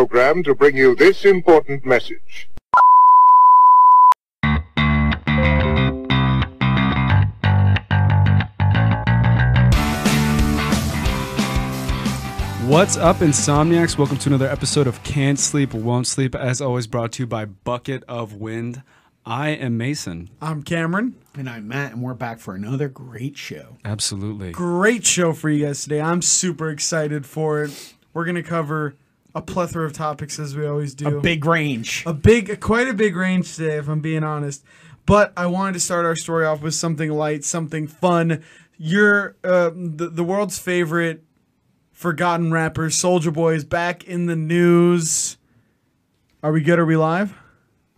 program to bring you this important message. What's up, insomniacs? Welcome to another episode of Can't Sleep, Won't Sleep, as always brought to you by Bucket of Wind. I am Mason. I'm Cameron. And I'm Matt, and we're back for another great show. Absolutely. great show for you guys today. I'm super excited for it. We're gonna cover a plethora of topics as we always do. Big range. a big, quite a big range today, if I'm being honest. But I wanted to start our story off with something light, something fun. Your uh, the, the world's favorite forgotten rapper, Soldier Boy, is back in the news. Are we good? Are we live?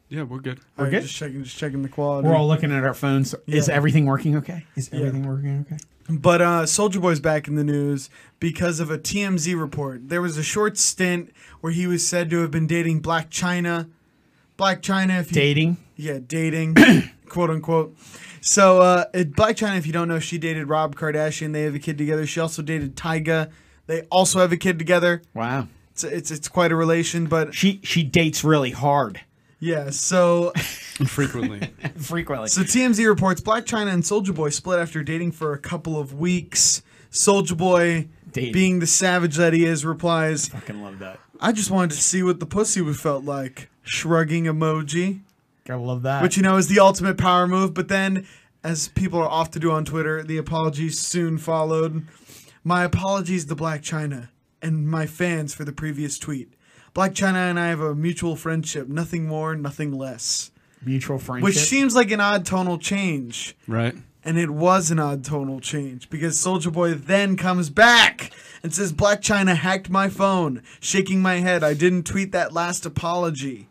Yeah, we're good. We're good. Just checking, just checking the quality. We're all looking at our phones. Is Yeah. everything working okay? Is everything working okay? But uh, Soldier Boy's back in the news because of a TMZ report. There was a short stint where he was said to have been dating Black China. Black China, if you Dating. yeah, dating, quote unquote. So, uh, at Black China, if you don't know, she dated Rob Kardashian. They have a kid together. She also dated Tyga. They also have a kid together. Wow. It's it's it's quite a relation, but She she dates really hard, yeah. So Frequently. frequently. So TMZ reports Black China and Soldier Boy split after dating for a couple of weeks. Soldier Boy, Dating. being the savage that he is, replies, fucking love that. "I just wanted to see what the pussy would felt like." Shrugging emoji, Gotta love that. which you know is the ultimate power move. But then, as people are off to do on Twitter, the apologies soon followed. My apologies to Black China and my fans for the previous tweet. Black China and I have a mutual friendship, nothing more, nothing less. mutual friendship. Which seems like an odd tonal change right? and it was an odd tonal change because Soldier Boy then comes back and says Black China hacked my phone, shaking my head. I didn't tweet that last apology.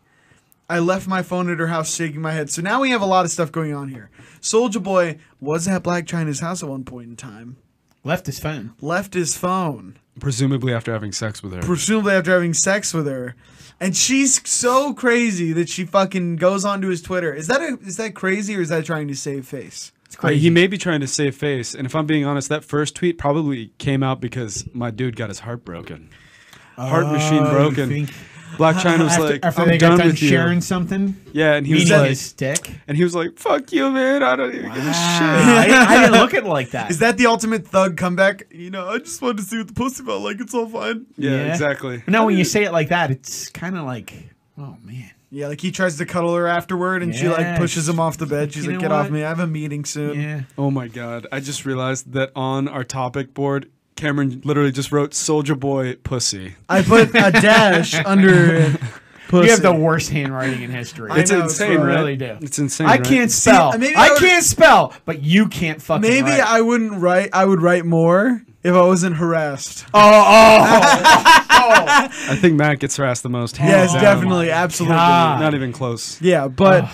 I left my phone at her house, shaking my head. So now we have a lot of stuff going on here. Soldier Boy was at Black China's house at one point in time, left his phone. left his phone, Presumably after having sex with her. presumably after having sex with her. And she's so crazy that she fucking goes onto his Twitter. Is that a, is that crazy or is that trying to save face? It's Uh, crazy. he may be trying to save face, and if I'm being honest, that first tweet probably came out because my dude got his heart broken. Heart machine Oh, you broken. think- Black China was after, like, after "I'm they got done done with you." sharing something, Yeah, and he was meaning like, his dick. and he was like, "Fuck you, man! I don't even give a shit." I, didn't- I didn't look at it like that. Is that the ultimate thug comeback? You know, I just wanted to see what the pussy felt like. It's all fine. Yeah, exactly. No, when you say it like that, it's kind of like, oh man. Yeah, like he tries to cuddle her afterward, and she like Yes. pushes him off the bed. She's You like, know "Get off what? me! I have a meeting soon." Yeah. Oh my god! I just realized that on our topic board, Cameron literally just wrote "Soldier Boy Pussy." I put a dash under. Pussy. You have the worst handwriting in history. I It's know, it's insane, rough. right? Really do. It's insane. I right? can't spell. maybe I I, would- can't spell, but you can't fucking. Maybe write. I wouldn't write. I would write more if I wasn't harassed. Oh, oh, I think Matt gets harassed the most. hands yes, down. definitely, absolutely. oh, God. Not even close. Yeah, but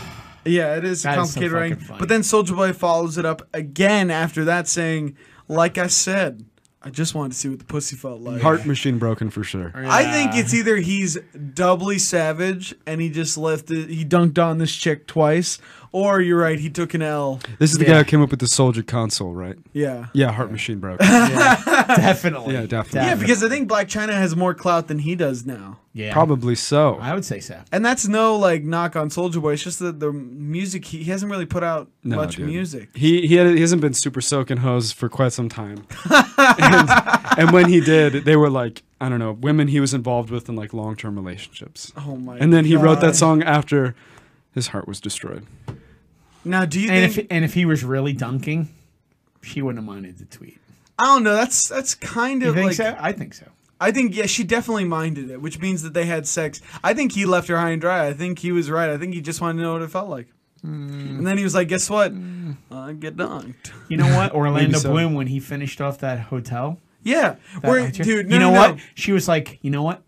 yeah, it is That is so complicated writing. fucking funny. But then Soldier Boy follows it up again after that, saying, "Like I said, I just wanted to see what the pussy felt like." Heart machine broken for sure. I think it's either he's doubly savage and he just left it, he dunked on this chick twice, or you're right, he took an L. This is the Yeah. guy who came up with the soldier console, right? Yeah. Yeah, heart machine broken. yeah, definitely. definitely. Yeah, because I think Black China has more clout than he does now. yeah, Probably so. I would say so. And that's no like knock on Soldier Boy. It's just that the music he, he hasn't really put out No, much dude. music. He he, had, he hasn't been super soaking hoes for quite some time, and, and when he did, they were like I don't know women he was involved with in like long term relationships. Oh my. And then he wrote that God. song after his heart was destroyed. Now, do you And think? if and if he was really dunking, she wouldn't have minded the tweet. I don't know. That's that's kind You of think like so? I think so. I think yeah, she definitely minded it, which means that they had sex. I think he left her high and dry. I think he was right. I think he just wanted to know what it felt like. And then he was like, "Guess what? I get dunked." You know what? Orlando so. Bloom when he finished off that hotel. Yeah, that where, hotel- dude. No, you know no, what? no. She was like, you know what?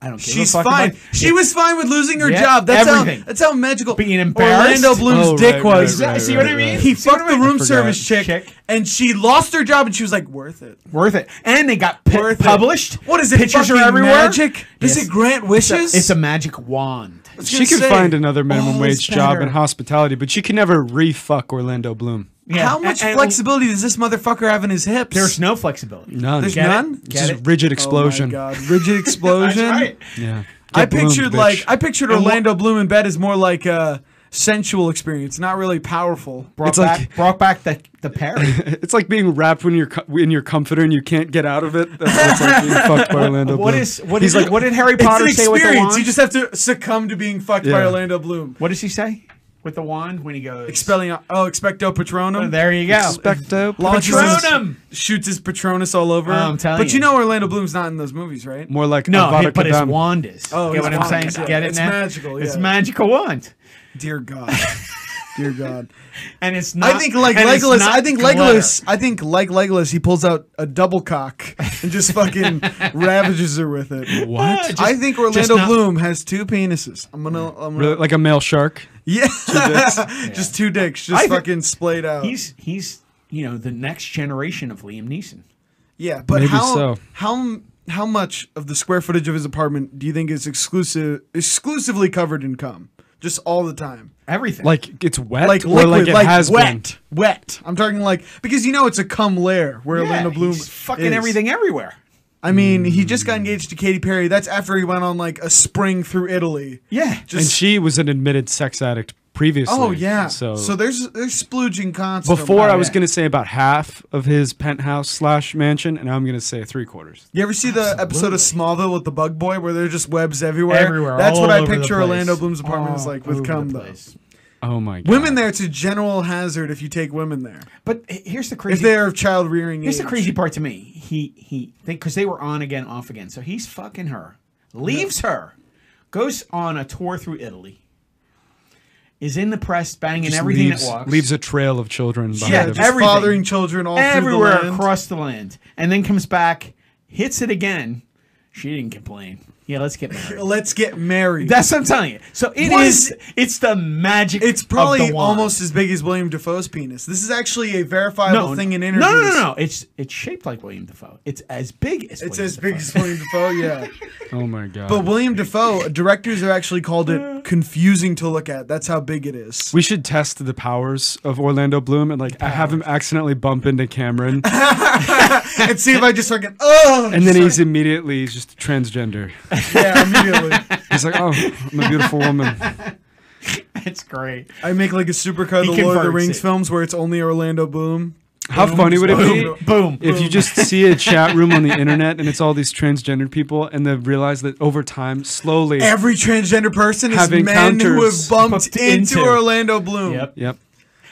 I don't. Give She's a fuck about fine. it." She was fine with losing her Yeah, job. That's everything. how. That's how magical. Being embarrassed? Orlando Bloom's Oh, dick right, was. right, right, See what I mean? He See what I fucked the mean? room forgot. service chick, Chick. and she lost her job, and she was like, "Worth it." worth it, and they got pi- Worth it. published. What is it? Pictures are fucking everywhere. Magic? Does Yes. it grant It's a- wishes? It's a magic wand. She could say, find another minimum "Oh, wage it's job in better." hospitality, but she can never re-fuck Orlando Bloom. How much And- and flexibility does this motherfucker have in his hips? There's no flexibility. None. There's Get it? none. It's just Get it? rigid explosion. Oh my god! Rigid explosion. That's right. Yeah. I Get bloomed, pictured bitch. like I pictured And wha- Orlando Bloom in bed is more like a sensual experience, not really powerful. Brought It's back, like- brought back the the parry. It's like being wrapped when you're co- in your comforter and you can't get out of it. That's what it's like being fucked by Orlando what Bloom. is what is like? What did Harry Potter it's an say with the experience. wand? You just have to succumb to being fucked by Yeah. Orlando Bloom. what does he say with the wand when he goes? Expelling oh expecto patronum. There you go. Expecto Launches Patronum! His, shoots his patronus all over. I'm him. telling but you you. know Orlando Bloom's not in those movies, right? More like no, Avada hi- but his Kedavra. wand is. Oh, get his what I'm saying? wand, yeah. Get it It's now? magical, It's yeah. magical wand, Dear God. Dear God. and it's not. I think like and it's Legolas. not I think glitter. Legolas. I think like Legolas, he pulls out a double cock and just fucking ravages her with it. What? Just- I think just Orlando not- Bloom has two penises. I'm gonna. I'm gonna Really, like a male shark. yeah. just two dicks, just I thi- fucking splayed out. He's he's you know the next generation of Liam Neeson. Yeah, but Maybe how so. how how much of the square footage of his apartment do you think is exclusive exclusively covered in cum? Just all the time. Everything Like it's wet. Like or liquid, like like, it has wet, been. wet. I'm talking like because you know it's a cum layer where Yeah, Orlando Bloom he's fucking is. everything everywhere. I mean, he just Hmm. got engaged to Katy Perry. That's after he went on like a spring through Italy. Yeah, Just And she was an admitted sex addict previously. oh yeah. So, So, there's there's splooging constantly. before I Oh, was yeah. gonna say about half of his penthouse slash mansion, and now I'm gonna say three quarters. You ever see the episode of Smallville with the Bug Boy where there's just webs everywhere? Everywhere, That's what all I over the picture place. Orlando Bloom's apartment is All like with over cum the though. place. Oh my god. Women there, it's a general hazard if you take women there. But h- here's the If crazy. they are of child rearing age. here's the crazy part to me. He he because they were on again, off again. So he's fucking her, leaves her, goes on a tour through Italy, is in the press banging Just everything leaves, that walks, leaves a trail of children. behind Yeah, him. just everything. fathering children all everywhere through the land. across the land, and then comes back, hits it again. She didn't complain. Yeah, let's get married. Let's get married. That's what I'm telling you. So it What is. is- It's the magic. it's of the probably wand. almost as big as William Defoe's penis. This is actually a verifiable thing in interviews. No, no, no, no. It's it's shaped like William Defoe. It's as big as. It's William as big Dafoe. as William Defoe, yeah. Oh my god. But William Defoe, directors have actually called it confusing to look at. That's how big it is. we should test the powers of Orlando Bloom and like have him accidentally bump into Cameron, and see if I just fucking oh, and then he's immediately just transgender. yeah, immediately. He's like, "Oh, I'm a beautiful woman." It's great. I make like a supercut He of the Lord of the converts Rings it. films where it's only Orlando Bloom. How funny would it Boom, be boom. if you just see a chat room on the internet and it's all these transgender people, and they realize that over time, slowly, Every transgender person is Have men who have encounters bumped, bumped into, into. Orlando Bloom. Yep. yep,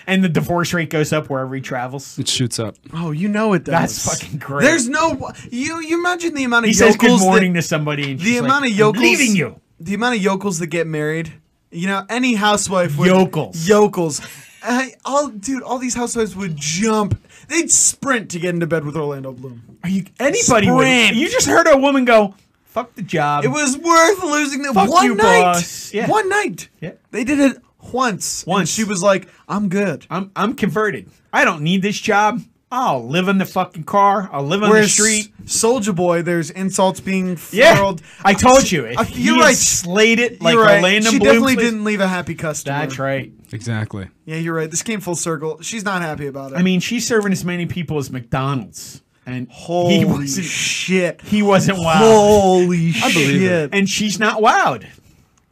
And the divorce rate goes up wherever he travels. it shoots up. Oh, you know it does. That's fucking great. There's no you. You imagine the amount of He yokels. says good morning that, to somebody. And the she's like, amount of "I'm yokels leaving you. The amount of yokels that get married. You know, any housewife would Yokels. Yokels. I, all dude, all these housewives would jump. They'd sprint to get into bed with Orlando Bloom. Are you anybody? Sprint. Would, you just heard a woman go, "Fuck the job." It was worth losing the Fuck one you, night. boss. Yeah. One night. Yeah. They did it once. and Once. she was like, "I'm good." I'm I'm converted. I don't need this job. I'll live in the fucking car. I'll live on the street. Soldier Boy, there's insults being Yeah, hurled. I told you. If I- he Uh, you're had right. Slayed it like you're right. Orlando she Bloom definitely slayed- didn't leave a happy customer. That's right. Exactly. Yeah, you're right. This came full circle. She's not happy about it. I mean, she's serving as many people as McDonald's, and holy he wasn't. shit. He wasn't wowed, Holy shit. believe it. and she's not wowed.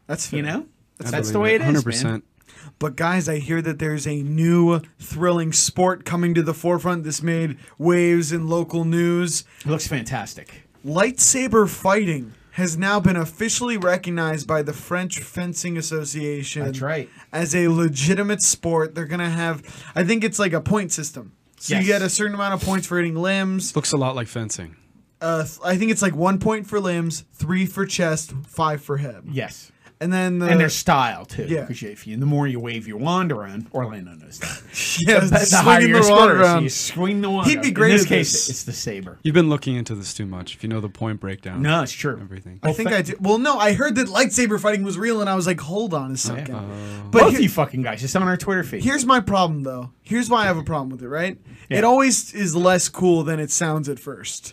That's fair. You know, that's, I the way believe it is, man. But guys, I hear that there's a new thrilling sport coming to the forefront. This made waves in local news. It looks fantastic. Lightsaber fighting has now been officially recognized by the French Fencing Association. That's right. As a legitimate sport, they're going to have, I think it's like a point system. So you Yes. get a certain amount of points for hitting limbs. Looks a lot like fencing. Uh, th- I think it's like one point for limbs, three for chest, five for head. Yes, And then the, and their style too. Uh, yeah. because if you, the more you wave your wand around, Orlando knows that. yeah, the, the swinging higher your the wand score is, you around. swing the wand. He'd be up. great In this at case, this. it's the saber. You've been looking into this too much. If you know the point breakdown, No, it's true. everything. I think I did. Well, no, I heard that lightsaber fighting was real, and I was like, hold on a second. But Uh-huh. Both here- you fucking guys, it's on our Twitter feed. here's my problem, though. Here's why I have a problem with it, right? Yeah. It always is less cool than it sounds at first.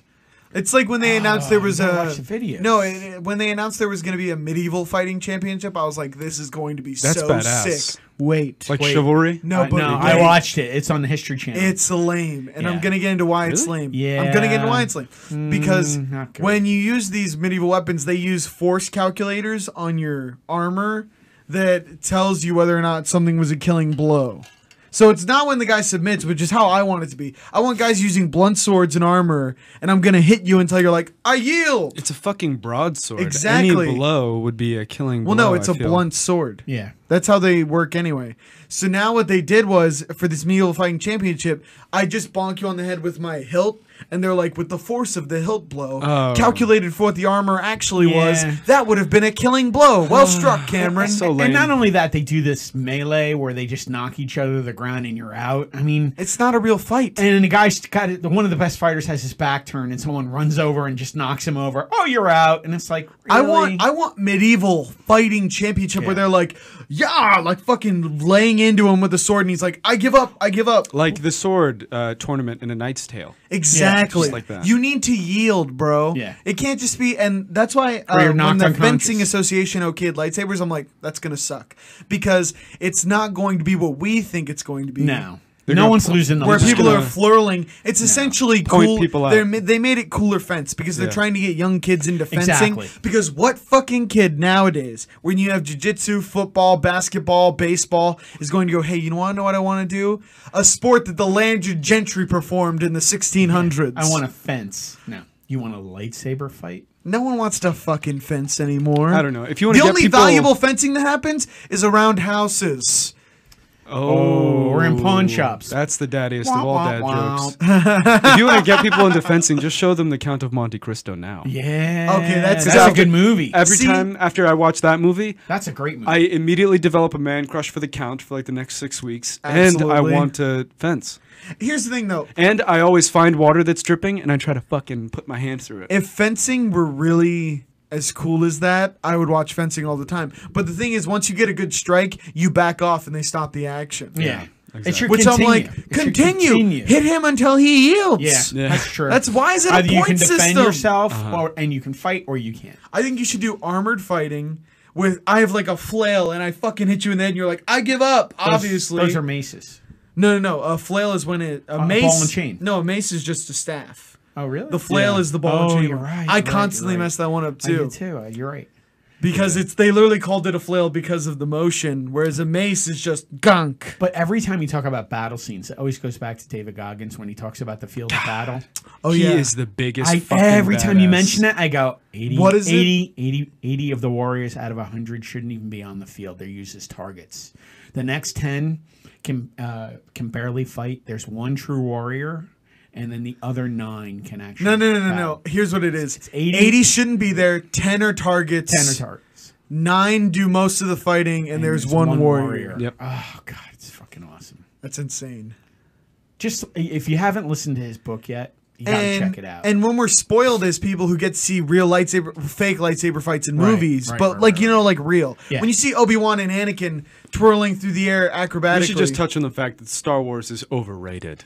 It's like when they announced there was Oh, you a gotta watch the videos. no. It, it- when they announced there was going to be a medieval fighting championship, I was like, "This is going to be That's so badass. sick." Wait, like Wait. chivalry. no, Uh, but no, wait. I watched it. It's on the History Channel. It's lame, and I'm Yeah. gonna get into why it's Really? lame. I'm gonna get into why Yeah. it's lame because Mm, not good. when you use these medieval weapons, they use force calculators on your armor that tells you whether or not something was a killing blow. So it's not when the guy submits, which is how I want it to be. I want guys using blunt swords and armor, and I'm gonna hit you until you're like, I yield. It's a fucking broadsword. Exactly. Any blow would be a killing Well, blow. no, it's a a blunt sword. yeah. That's how they work anyway. So now what they did was for this medieval fighting championship, I just bonk you on the head with my hilt, and they're like, with the force of the hilt blow, Oh. calculated for what the armor actually Yeah. was, that would have been a killing blow. Well struck, Cameron. That's so And lame. not only that, they do this melee where they just knock each other to the ground and you're out. I mean, it's not a real fight. and the guy's got it. One of the best fighters has his back turned, and someone runs over and just knocks him over. Oh, you're out. And it's like, I really? want I want medieval fighting championship where Yeah. they're like, yeah, like fucking laying into him with a sword, and he's like, I give up, I give up. Like the sword uh, tournament in A Knight's Tale. Exactly. Just like that. You need to yield, bro. Yeah. It can't just be, and that's why Or you're uh, when knocked the unconscious. fencing association okayed lightsabers, I'm like, that's gonna suck because it's not going to be what we think it's going to be. no. They're no gonna one's pl- losing the Where league. people gonna- are flirling, it's essentially Point cool. people out. They're ma- They made it cooler fence because they're Yeah. trying to get young kids into fencing. Exactly. Because what fucking kid nowadays, when you have jujitsu, football, basketball, baseball, is going to go, hey, you know what, know what I want to do? A sport that the landed gentry performed in the 1600s. I want a fence. No, you want a lightsaber fight? No one wants to fucking fence anymore. I don't know. If you wanna the get only people- valuable fencing that happens is around houses. Oh, or in pawn shops. That's the daddiest Womp, of all womp, dad womp. jokes. if you want to get people into fencing, just show them the Count of Monte Cristo now. Yeah. Okay, that's- that's that's- a good movie. Every See- time after I watch that movie, that's a great movie. I immediately develop a man crush for the Count for like the next six weeks, and I Absolutely. want to fence. Here's the thing though. And I always find water that's dripping, and I try to fucking put my hand through it. If fencing were really as cool as that, I would watch fencing all the time. But the thing is, once you get a good strike, you back off and they stop the action. yeah. exactly. It should Which continue. I'm like, It should continue. continue. Hit him until he yields. Yeah, Yeah. that's true. That's why is it a Either you can point defend system? Uh-huh. yourself, or, and you can fight, or you can't. I think you should do armored fighting with I have like a flail and I fucking hit you in the head and you're like, I give up, Those- obviously. those are maces. No, no, no. A flail is when it a a mace. ball and chain. No, a mace is just a staff. Oh, really? The flail Yeah. is the ball Oh, and chain. you're one. right, I you're right, constantly you're right. mess that one up I too, did too. Uh, you're right. because it's they literally called it a flail because of the motion, whereas a mace is just gunk. But every time you talk about battle scenes, it always goes back to David Goggins when he talks about the field of battle. Oh he yeah, is the biggest. I, fucking every time you badass. mention it, I go 80, What is it? 80, 80, 80 of the Warriors out of 100 shouldn't even be on the field. They're used as targets. The next 10 can uh, can barely fight. There's one true warrior, and then the other nine can actually. no, no, no, no, battle. no. Here's what it is: 80. eighty shouldn't be there. Ten are targets. 10 are targets. Nine do most of the fighting, and, there's, one, warrior. Yep. Oh, God, it's fucking awesome. That's insane. Just if you haven't listened to his book yet, you gotta and, check it out. And when we're spoiled as people who get to see real lightsaber, fake lightsaber fights in Right, movies, right, but right, like right, you know, like real. Yeah. When you see Obi Wan and Anakin twirling through the air acrobatically, We should just touch on the fact that Star Wars is overrated,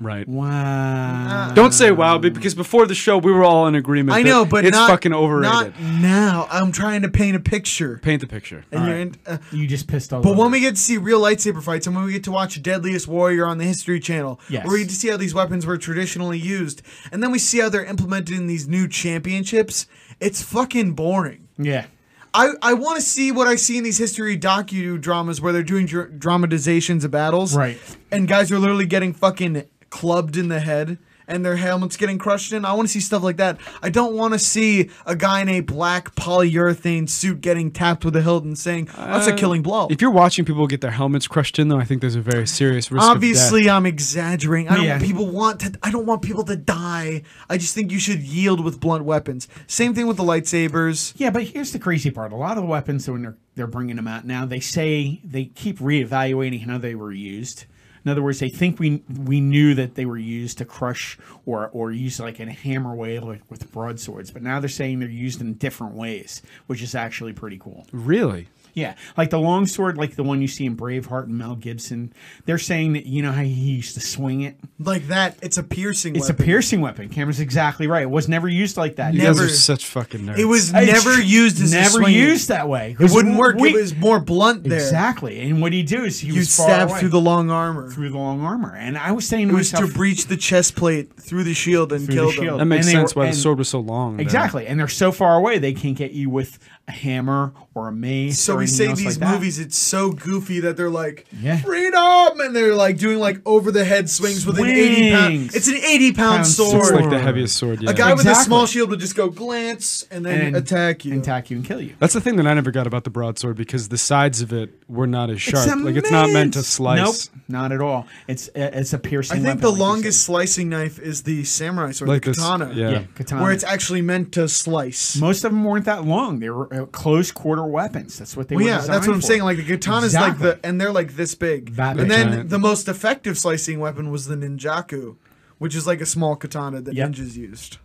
right? wow. Don't say wow, be- because before the show we were all in agreement. I that know, but it's not, fucking overrated. Not now. I'm trying to paint a picture. Paint the picture. And you're right. in- uh, You just pissed all but over. when we get to see real lightsaber fights, and when we get to watch Deadliest Warrior on the History Channel, Yes. where we get to see how these weapons were traditionally used, and then we see how they're implemented in these new championships, it's fucking boring. yeah. I, I want to see what I see in these history docudramas where they're doing dr- dramatizations of battles. Right. And guys are literally getting fucking clubbed in the head and their helmets getting crushed in. I want to see stuff like that. I don't want to see a guy in a black polyurethane suit getting tapped with a hilt and saying, that's a Uh, killing blow. If you're watching people get their helmets crushed in, though, I think there's a very serious risk. Obviously, I'm exaggerating. I don't Yeah. people want to. I don't want people to die. I just think you should yield with blunt weapons. Same thing with the lightsabers. Yeah, but here's the crazy part. A lot of the weapons, when they're, they're bringing them out now, they say they keep reevaluating how they were used. In other words, they think we we knew that they were used to crush or or used like in a hammer way like with broadswords, but now they're saying they're used in different ways, which is actually pretty cool. Really? Yeah, like the longsword, like the one you see in Braveheart and Mel Gibson. They're saying that you know how he used to swing it. Like that, it's a piercing. It's weapon. a piercing weapon. Cameron's exactly right. It was never used like that. You Never. guys are such fucking nerds. It was It's never used as a never swing. used that way. It wouldn't work. We- it was more blunt there. exactly. And what he do is he You was far stab away through the long armor. through the long armor. And I was saying to it was to myself, breach the chest plate through the shield and Through kill the shield. that makes and they sense were- why and- the sword was so long. though. exactly. And they're so far away they can't get you with a hammer or a mace. So or we anything say else these like that. movies, it's so goofy that they're like Yeah. freedom, and they're like doing like over the head swings with an eighty pound. Swings. It's an eighty pound Pound sword. It's like Sword. the heaviest sword. Yeah. A guy with a Exactly. small shield would just go glance and then And- attack you. and attack you and kill you. That's the thing that I never got about the broadsword because the sides of it were not as sharp. a like it's not meant to mint. slice. Nope, not at all. It's a, it's a piercing. I think weapon, the like you longest slicing knife is the samurai sword, Like the this- katana, yeah. said. yeah, katana. where it's actually meant to slice. most of them weren't that long. They were uh, close quarter weapons. That's what they Well, were. yeah, that's designed what I'm for. saying. Like the katana is Exactly. like the, and they're like this big. That and big. then Giant. the most effective slicing weapon was the ninjaku, which is like a small katana that Yep. ninjas used.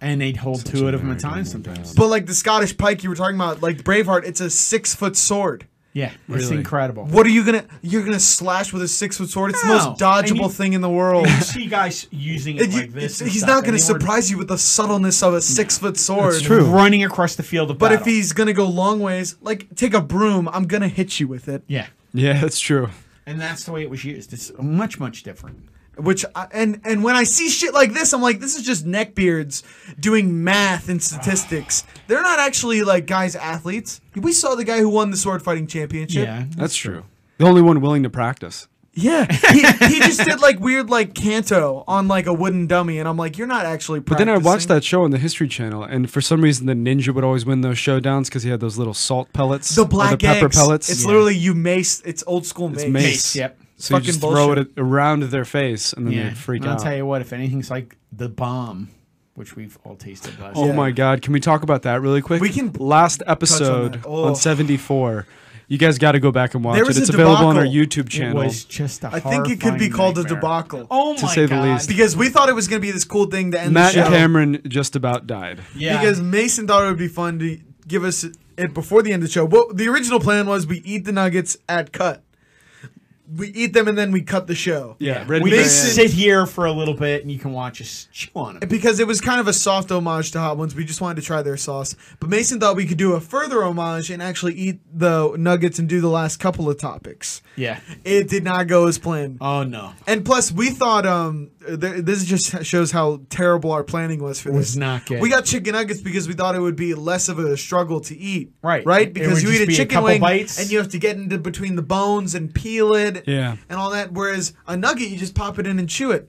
and they'd hold Such two a of them at a nerd time one sometimes. But like the Scottish pike you were talking about, like Braveheart, it's a six foot sword. Yeah, it's Really? incredible. What are you gonna? You're gonna slash with a six foot sword. It's the most No. And dodgeable you- thing in the world. You see guys using it And you- like this. and he's stuff, not and gonna they were surprise you with the subtleness of a six foot sword. true. you. Running across the field of But battle. if he's gonna go long ways, like take a broom, I'm gonna hit you with it. yeah, Yeah, that's true. and that's the way it was used. It's much much different. Which I, and and when I see shit like this, I'm like, this is just neckbeards doing math and statistics. They're not actually like guys athletes. We saw the guy who won the sword fighting championship. Yeah, That's true. The only one willing to practice. Yeah. he, he just did like weird like canto on like a wooden dummy, and I'm like, you're not actually. But then I watched that show on the History Channel, and for some reason the ninja would always win those showdowns because he had those little salt pellets, the or black the pepper eggs. pellets. It's literally you mace. It's old school mace. It's mace. Mace, yep. So you Fucking just throw bullshit. it around their face, and then Yeah, they'd freak and I'll out. tell you what. If anything's like the bomb, which we've all tasted last. Oh Yeah. my god, can we talk about that really quick? We can Last episode that. on, Oh. 74. You guys got to go back and watch There it. was a It's available on our debacle. YouTube It channel. was just a I think it could be horrifying called a nightmare. debacle Oh To my say the god. least. because we thought it was gonna be this cool thing to end Matt the show. Cameron just about died. Yeah. because Mason thought it would be fun to give us it before the end of the show. Well, the original plan was we eat the nuggets at cut. We eat them and then we cut the show. Yeah, we Red can Mason- sit here for a little bit and you can watch us chew on it. Because it was kind of a soft homage to Hot Ones, we just wanted to try their sauce. But Mason thought we could do a further homage and actually eat the nuggets and do the last couple of topics. Yeah. It did not go as planned. Oh no. And plus, we thought um, th- this just shows how terrible our planning was for Was this. not good. We got chicken nuggets because we thought it would be less of a struggle to eat. Right. Right. It Because would you just eat a be a chicken couple wing bites. and you have to get into between the bones and peel it. Yeah. And all that. Whereas a nugget, you just pop it in and chew it.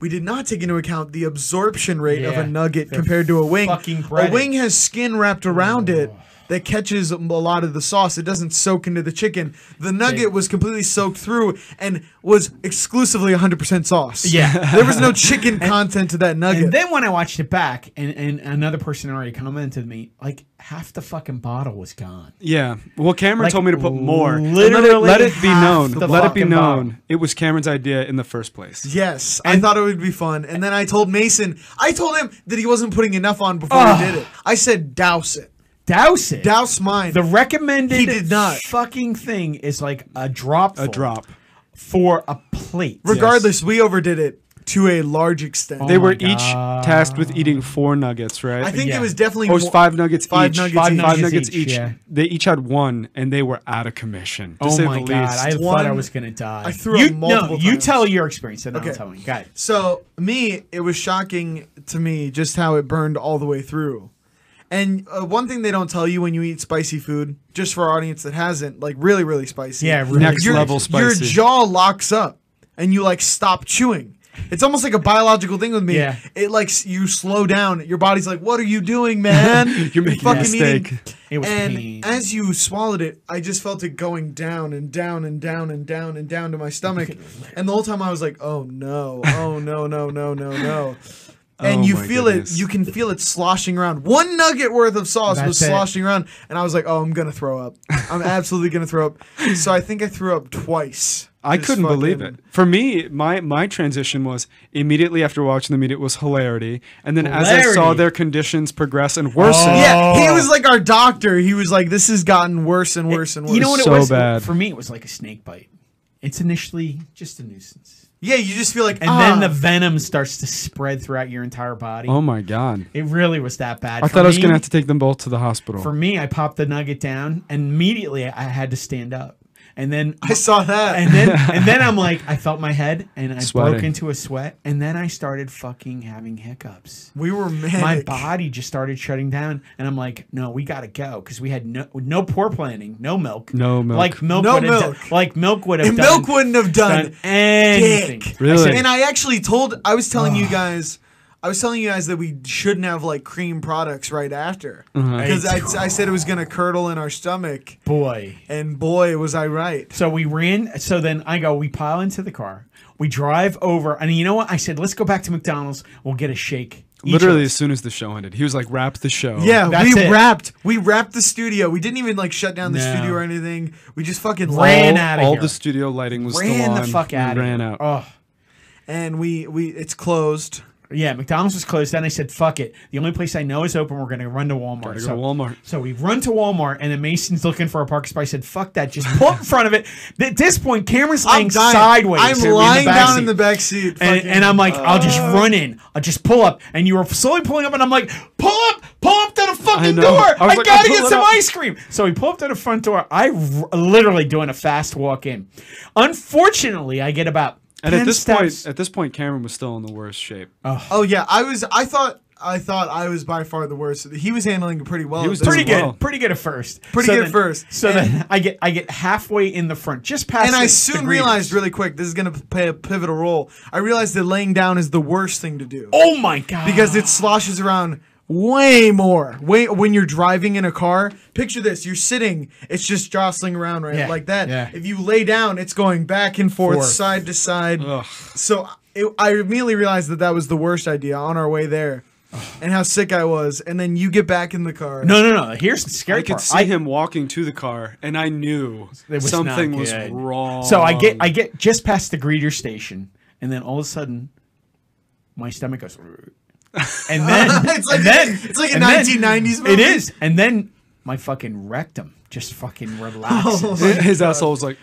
We did not take into account the absorption rate of Yeah. a nugget They're compared to a wing. fucking a breaded. wing has skin wrapped around it Oh. that catches a lot of the sauce. It doesn't soak into the chicken. The nugget was completely soaked through and was exclusively 100% sauce. Yeah. there was no chicken content to that nugget. And then when I watched it back, and, and another person already commented to me, like half the fucking bottle was gone. Yeah. Well, Cameron Like, told me to put more. And let it, literally let it be half known. the Let it be fucking known. bottle. It was Cameron's idea in the first place. Yes, I thought it would be fun. And then I told Mason, I told him that he wasn't putting enough on before he did it. I said, douse it. Douse it. Douse mine. the recommended He did not. fucking thing is like a drop A drop. Oh for a plate. Regardless, we overdid it to a large extent. They Oh were my each God. tasked with eating four nuggets, right? I think Yeah. it was definitely Or it was more- five nuggets five each. nuggets five, each. five nuggets each. yeah. They each had one, and they were out of commission. To Oh say my the god, least. I One- thought I was gonna die. I threw you, up multiple No, you times. tell your experience, and then Okay. I'll tell me. Got it. So me, it was shocking to me just how it burned all the way through. And uh, one thing they don't tell you when you eat spicy food, just for our audience that hasn't, like really, really spicy. Yeah, really Next your, level Your spicy. jaw locks up, and you like stop chewing. It's almost like a biological thing with me. Yeah. It like s- you slow down. Your body's like, "What are you doing, man? You're making a fucking mistake. eating." It was and pain. as you swallowed it, I just felt it going down and down and down and down and down to my stomach. And the whole time I was like, oh no, oh no, no, no, no, no. and Oh you my feel goodness. it. You can feel it sloshing around. One nugget worth of sauce was That's it. sloshing around, and I was like, "Oh, I'm gonna throw up. I'm absolutely gonna throw up." So I think I threw up twice. I Just couldn't believe it. fucking- For me, my my transition was immediately after watching the meet, it was hilarity, and then as I saw Hilarity. their conditions progress and worsen, Oh. Yeah, he Oh. was like our doctor. He was like, "This has gotten worse and worse and worse." You know what So it was bad. for me? It was like a snake bite. It's initially just a nuisance, Yeah, you just feel like, and ah. then the venom starts to spread throughout your entire body. oh my god, It really was that bad. I For thought I was me- gonna have to take them both to the hospital. For me, I popped the nugget down, and immediately I had to stand up, and then I saw that. and then and then I'm like, I felt my head, and I broke Sweating. into a sweat, and then I started fucking having hiccups. we were manic. My body just started shutting down, and I'm like, "No, we gotta go," because we had no no poor planning, no milk, No milk. like milk, No would have milk. done- like milk would have And done, milk wouldn't have done, done anything. dick. Really? I said- and I actually told I was telling you guys I was telling you guys that we shouldn't have like cream products right after because I, I said it was gonna curdle in our stomach Boy, and boy was I right. So we ran. So then I go. We pile into the car. We drive over, and you know what? I said, "Let's go back to McDonald's. We'll get a shake." Each Literally, of as soon as the show ended, he was like, "Wrap the show." Yeah, That's we it. wrapped we wrapped the studio. We didn't even like shut down the No. studio or anything. We just fucking Ran left. out. outta all here. the studio lighting was Ran still on. the fuck We out. Ran out. Oh, and we we it's closed. yeah. McDonald's was closed. Then I said, "Fuck it. The only place I know is open. We're gonna run to Walmart." Gotta go so, to Walmart. So we run to Walmart, and then Mason's looking for a parking spot. I said, "Fuck that. Just pull up in front of it." At this point, Cameron's I'm laying dying. sideways. I'm in the lying back down seat. in the back seat. and, fucking- Uh. and I'm like, I'll just run in. I'll just pull up. And you were slowly pulling up, and I'm like, pull up, pull up to the fucking know. door. I was I, like, gotta I'll get pull it some up." ice cream. So we pull up to the front door. I r- literally doing a fast walk in. Unfortunately, I get about and 10 at this steps. Uh, point, at this point, Cameron was still in the worst shape. oh yeah, I was I thought I thought I was by far the worst. He was handling it pretty well. He at was this pretty doing good, well. pretty good at first, Pretty good at first. So then I get I get halfway in the front, just past. and the- I the soon greeters. realized really quick this is going to play a pivotal role. I realized that laying down is the worst thing to do oh my god, because it sloshes around way more. Way when you're driving in a car, picture this: you're sitting, it's just jostling around right Yeah, like that. yeah. If you lay down, it's going back and forth, Forth. side to side. So it, I immediately realized that that was the worst idea on our way there, and how sick I was. And then you get back in the car. no, no, no. Here's the scary I could part. see him walking to the car, and I knew It was something not was good. wrong. So I get I get just past the greeter station, and then all of a sudden, my stomach goes. And then It's like- and then- it's like a and then- 1990s It movie. is, and then my fucking rectum just fucking relaxes. Oh. his asshole was like,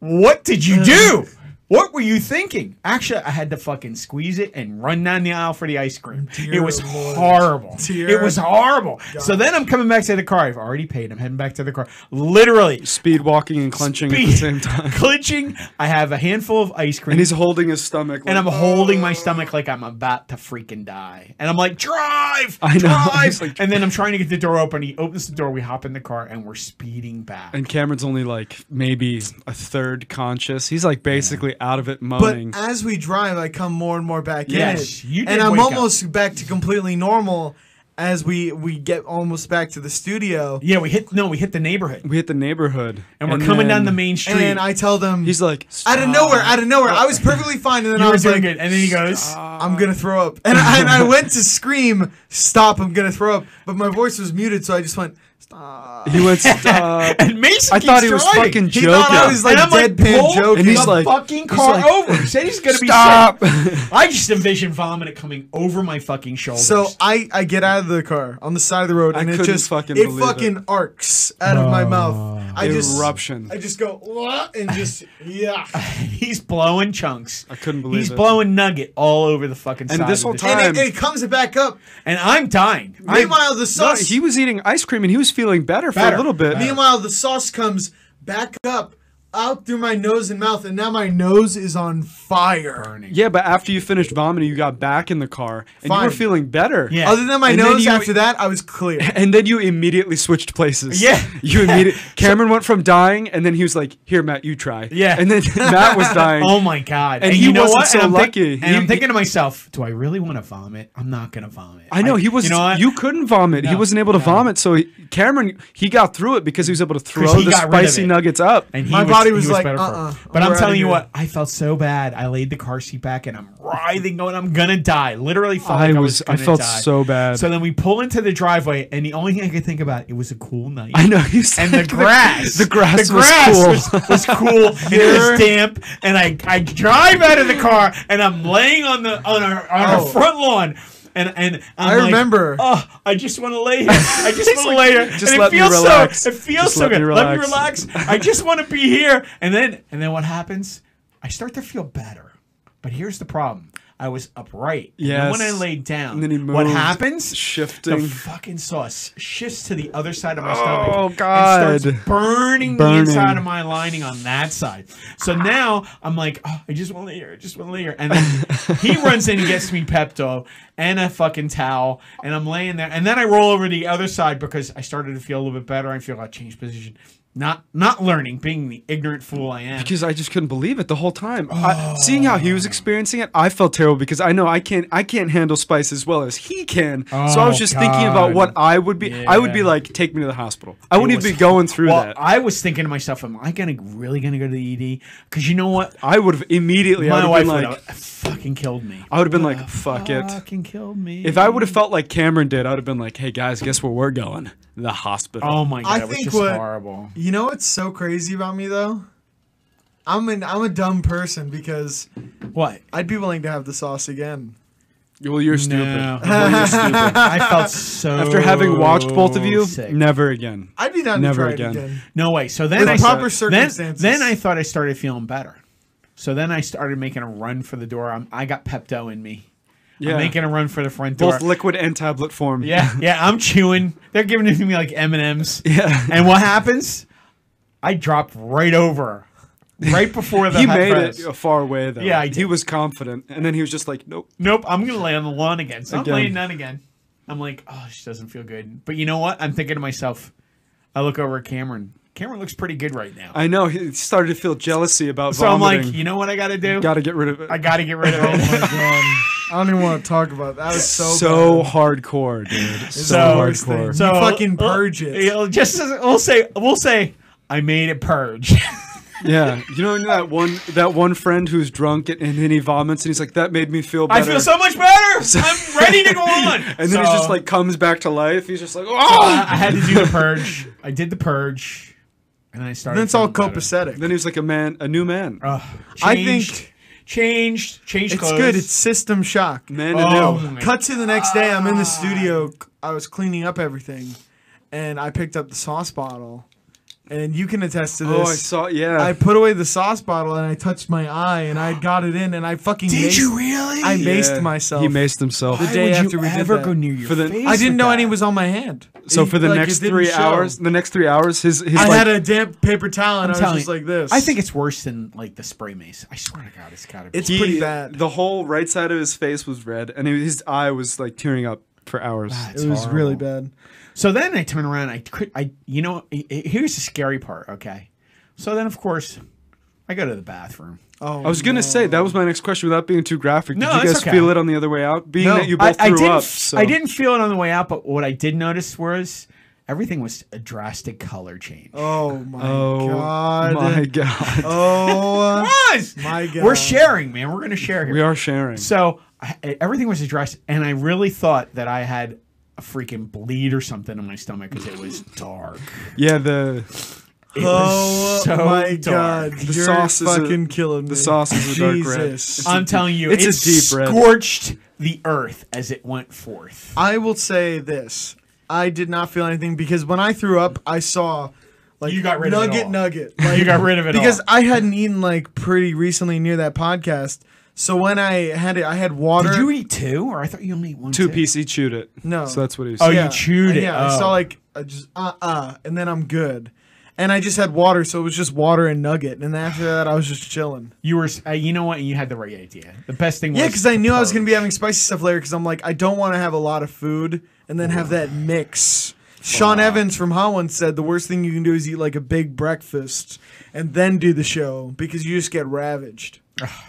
What did you Uh. do? What were you thinking? Actually, I had to fucking squeeze it and run down the aisle for the ice cream. it was Lord. horrible. Dear it was horrible. So then I'm coming back to the car. I've already paid. I'm heading back to the car. Literally, speed walking and clenching at the Speed- same time. Clenching. I have a handful of ice cream. And he's holding his stomach. and I'm like, holding my stomach like I'm about to freaking die. And I'm like, drive, I know. drive. He's like- and then I'm trying to get the door open. He opens the door. We hop in the car and we're speeding back. And Cameron's only like maybe a third conscious. He's like basically out of it But moaning. as we drive, I come more and more back Yes, in it, you did and I'm wake up. almost back to completely normal as we we get almost back to the studio. yeah, we hit no, we hit the neighborhood, we hit the neighborhood. and we're coming down the then main street. And I tell them He's like, out of nowhere, out of nowhere. I was perfectly fine, and then you I were was doing like, good. And then he goes, "I'm gonna throw up," and I, and I went to scream, "Stop! I'm gonna throw up!" But my voice was muted, so I just went, "Stop!" he went, "Stop." and Mason. I keeps thought he was driving. fucking He joking. thought I was like and I'm like, deadpan pull joking. And he's the like- fucking he's car like, over. He said he's gonna Stop. be sick. I just envision vomit coming over my fucking shoulders. So I, I get out of the car on the side of the road and it couldn't just fucking it believe fucking arcs out of my mouth. I just Eruption. I just go "Wah," and just yeah. he's blowing chunks. I couldn't believe he's it. blowing nugget all over the fucking. And side this of whole the- time- And it, it comes back up. and I'm dying. I'm, Meanwhile, the No, sauce. he was eating ice cream and he was feeling better, for Better. a little bit. meanwhile, the sauce comes back up out through my nose and mouth, and now my nose is on fire. Yeah, but after you finished vomiting, you got back in the car and you Fine. were feeling better. Yeah. Other than my And then nose, you- after that, I was clear. And then you immediately switched places. Yeah. You immediately. Cameron went from dying, and then he was like, "Here, Matt, you try." Yeah. And then Matt was dying. Oh my god! And And, he you know wasn't what? so and I'm think- lucky. and He- I'm thinking to myself, do I really want to vomit? I'm not gonna vomit. I know he was. You You, know what? couldn't vomit. he No, wasn't able to no. vomit. So he, Cameron, he got through it because he was able to throw he the got rid of spicy it. nuggets up. and he my was body body was like, better for it. "Uh-uh, But we're I'm outta telling you here." what, I felt so bad. I laid the car seat back and I'm writhing, going, I'm gonna die. Literally, felt I like was- I I, was gonna felt die. so bad. So then we pull into the driveway, and the only thing I could think about it was a cool night. I know you said And the grass, The, grass, was cool. was, was cool. and it was damp, and I, I drive out of the car, and I'm laying on the on our on Oh. our front lawn, and and I'm I like, remember. Oh, I just want to lay here. I just want to lay here. just and let it me feels relax. so. It feels Just so let good. me Let me relax. relax. I just want to be here. And then and then what happens? I start to feel better. But here's the problem. I was upright. And then when I Yes. laid down, And then he what moved, happens? shifting. The fucking sauce shifts to the other side of my stomach. Oh, and starts God. burning, Burning. the inside of my lining on that side. So now I'm like, oh, I just want to lay here. I just want to lay here. And then he runs in and gets me Pepto and a fucking towel. And I'm laying there. And then I roll over to the other side because I started to feel a little bit better. I feel I changed position. Not not learning, being the ignorant fool I am. because I just couldn't believe it the whole time. Oh. I, seeing how he was experiencing it, I felt terrible because I know I can't I can't handle spice as well as he can. so I Oh, was just thinking about what God. I would be. I would be Yeah. like, take me to the hospital. I wouldn't It even be was- going through well, that. I, I was thinking to myself, am I gonna really gonna go to the ED? Because you know what? would have immediately. I My would wife have would been like, have fucking killed me. I would have been like, Would've fuck it. Fucking killed me. If I would have felt like Cameron did, I would have been like, hey guys, guess where we're going? The hospital. Oh my god, I it was think just what- horrible. You know what's so crazy about me though? I'm an I'm a dumb person because What? I'd be willing to have the sauce again. well, you're stupid. Oh No. Well, you're stupid. I felt so After having watched both of you, sick. never again. I'd be down Never to try again. it again. No way. So then With I proper start- circumstances. Then, then I thought I started feeling better. So then I started making a run for the door. I'm, I got Pepto in me. Yeah. I'm making a run for the front door. both liquid and tablet form. Yeah, yeah, I'm chewing. They're giving it to me like M and M's. Yeah. And what happens? I dropped right over, right before the. he hot made press. it far away though. Yeah, I he did. was confident, and then he was just like, "Nope." Nope, I'm gonna lay on the lawn again. So Again. I'm laying down again. I'm like, oh, she doesn't feel good. But you know what? I'm thinking to myself. I look over at Cameron. Cameron looks pretty good right now. I know he started to feel jealousy about so vomiting. I'm like, you know what I gotta do? got to get rid of it. I gotta get rid of it. I don't even want to talk about that. That was so so bad. hardcore, dude. So, So- hardcore. so fucking uh, purge it. it'll Just as- we'll say, we'll say, I made it purge. yeah, you know that one that one friend who's drunk and, and then he vomits and he's like, "That made me feel I better." feel so much better. I'm ready to go on. And then he So- just like comes back to life. He's just like, I, "Oh!" I had to do the purge. I did the purge, and I started. And it's all feeling better. copacetic. Then he's like a man, a new man, Ugh, I changed- think- changed, changed. It's clothes. good. It's system shock. man Oh anew. my Cut to the next day. I'm in Ah. the studio. I was cleaning up everything, and I picked up the sauce bottle. And you can attest to this. Oh, I saw. Yeah, I put away the sauce bottle and I touched my eye and I got it in and I fucking maced- really? I Yeah. maced myself. He maced himself. The day would after you we did ever that. go near your For the- face I didn't with know that. any was on my hand. So It- for the like, it next didn't three show. hours, the next three hours, his his I like, had a damp paper towel and I'm I was telling just you, like this. I think it's worse than like the spray mace. I swear to God, it's gotta be. It's he- pretty bad. The whole right side of his face was red, and he- his eye was like tearing up for hours. That's it was really horrible. bad. So then I turn around. I cri- I you know i- i- here's the scary part. Okay, so then of course I go to the bathroom. Oh, I was gonna say that was my next question without being too graphic. No, Did you that's guys okay. feel it on the other way out? Being No, that you both I, I threw didn't, up, f- so. I didn't feel it on the way out, but what I did notice was everything was a drastic color change. Oh my Oh god. my god, Oh Guys, My God. We're sharing, man. We're gonna share here. we are sharing. So I, everything was addressed, and I really thought that I had a freaking bleed or something in my stomach because it was dark. yeah, the It Oh was so my dark. god. The You're sauce is a- fucking killing me. the sauce is a dark red. Jesus. I'm telling you, it's a it deep red. scorched the earth as it went forth. I will say this. I did not feel anything because when I threw up, I saw like You got rid of it nugget all. nugget. Like, You got rid of it because all. I hadn't eaten like pretty recently near that podcast. So when I had it, I had water. Did you eat two, or I thought you only ate one? two too? piece. He chewed it. No. so that's what he was. Oh, saying. you chewed it. Yeah, I Oh. saw like I just uh uh, and then I'm good. And I just had water, so it was just water and nugget. And after that, I was just chilling. You were, s- uh, you know what? You had the right idea. The best thing was Yeah, because I the knew I was gonna be purge. having spicy stuff later. Because I'm like, I don't want to have a lot of food and then have that mix. Sean Evans from Hot Ones said the worst thing you can do is eat like a big breakfast and then do the show because you just get ravaged.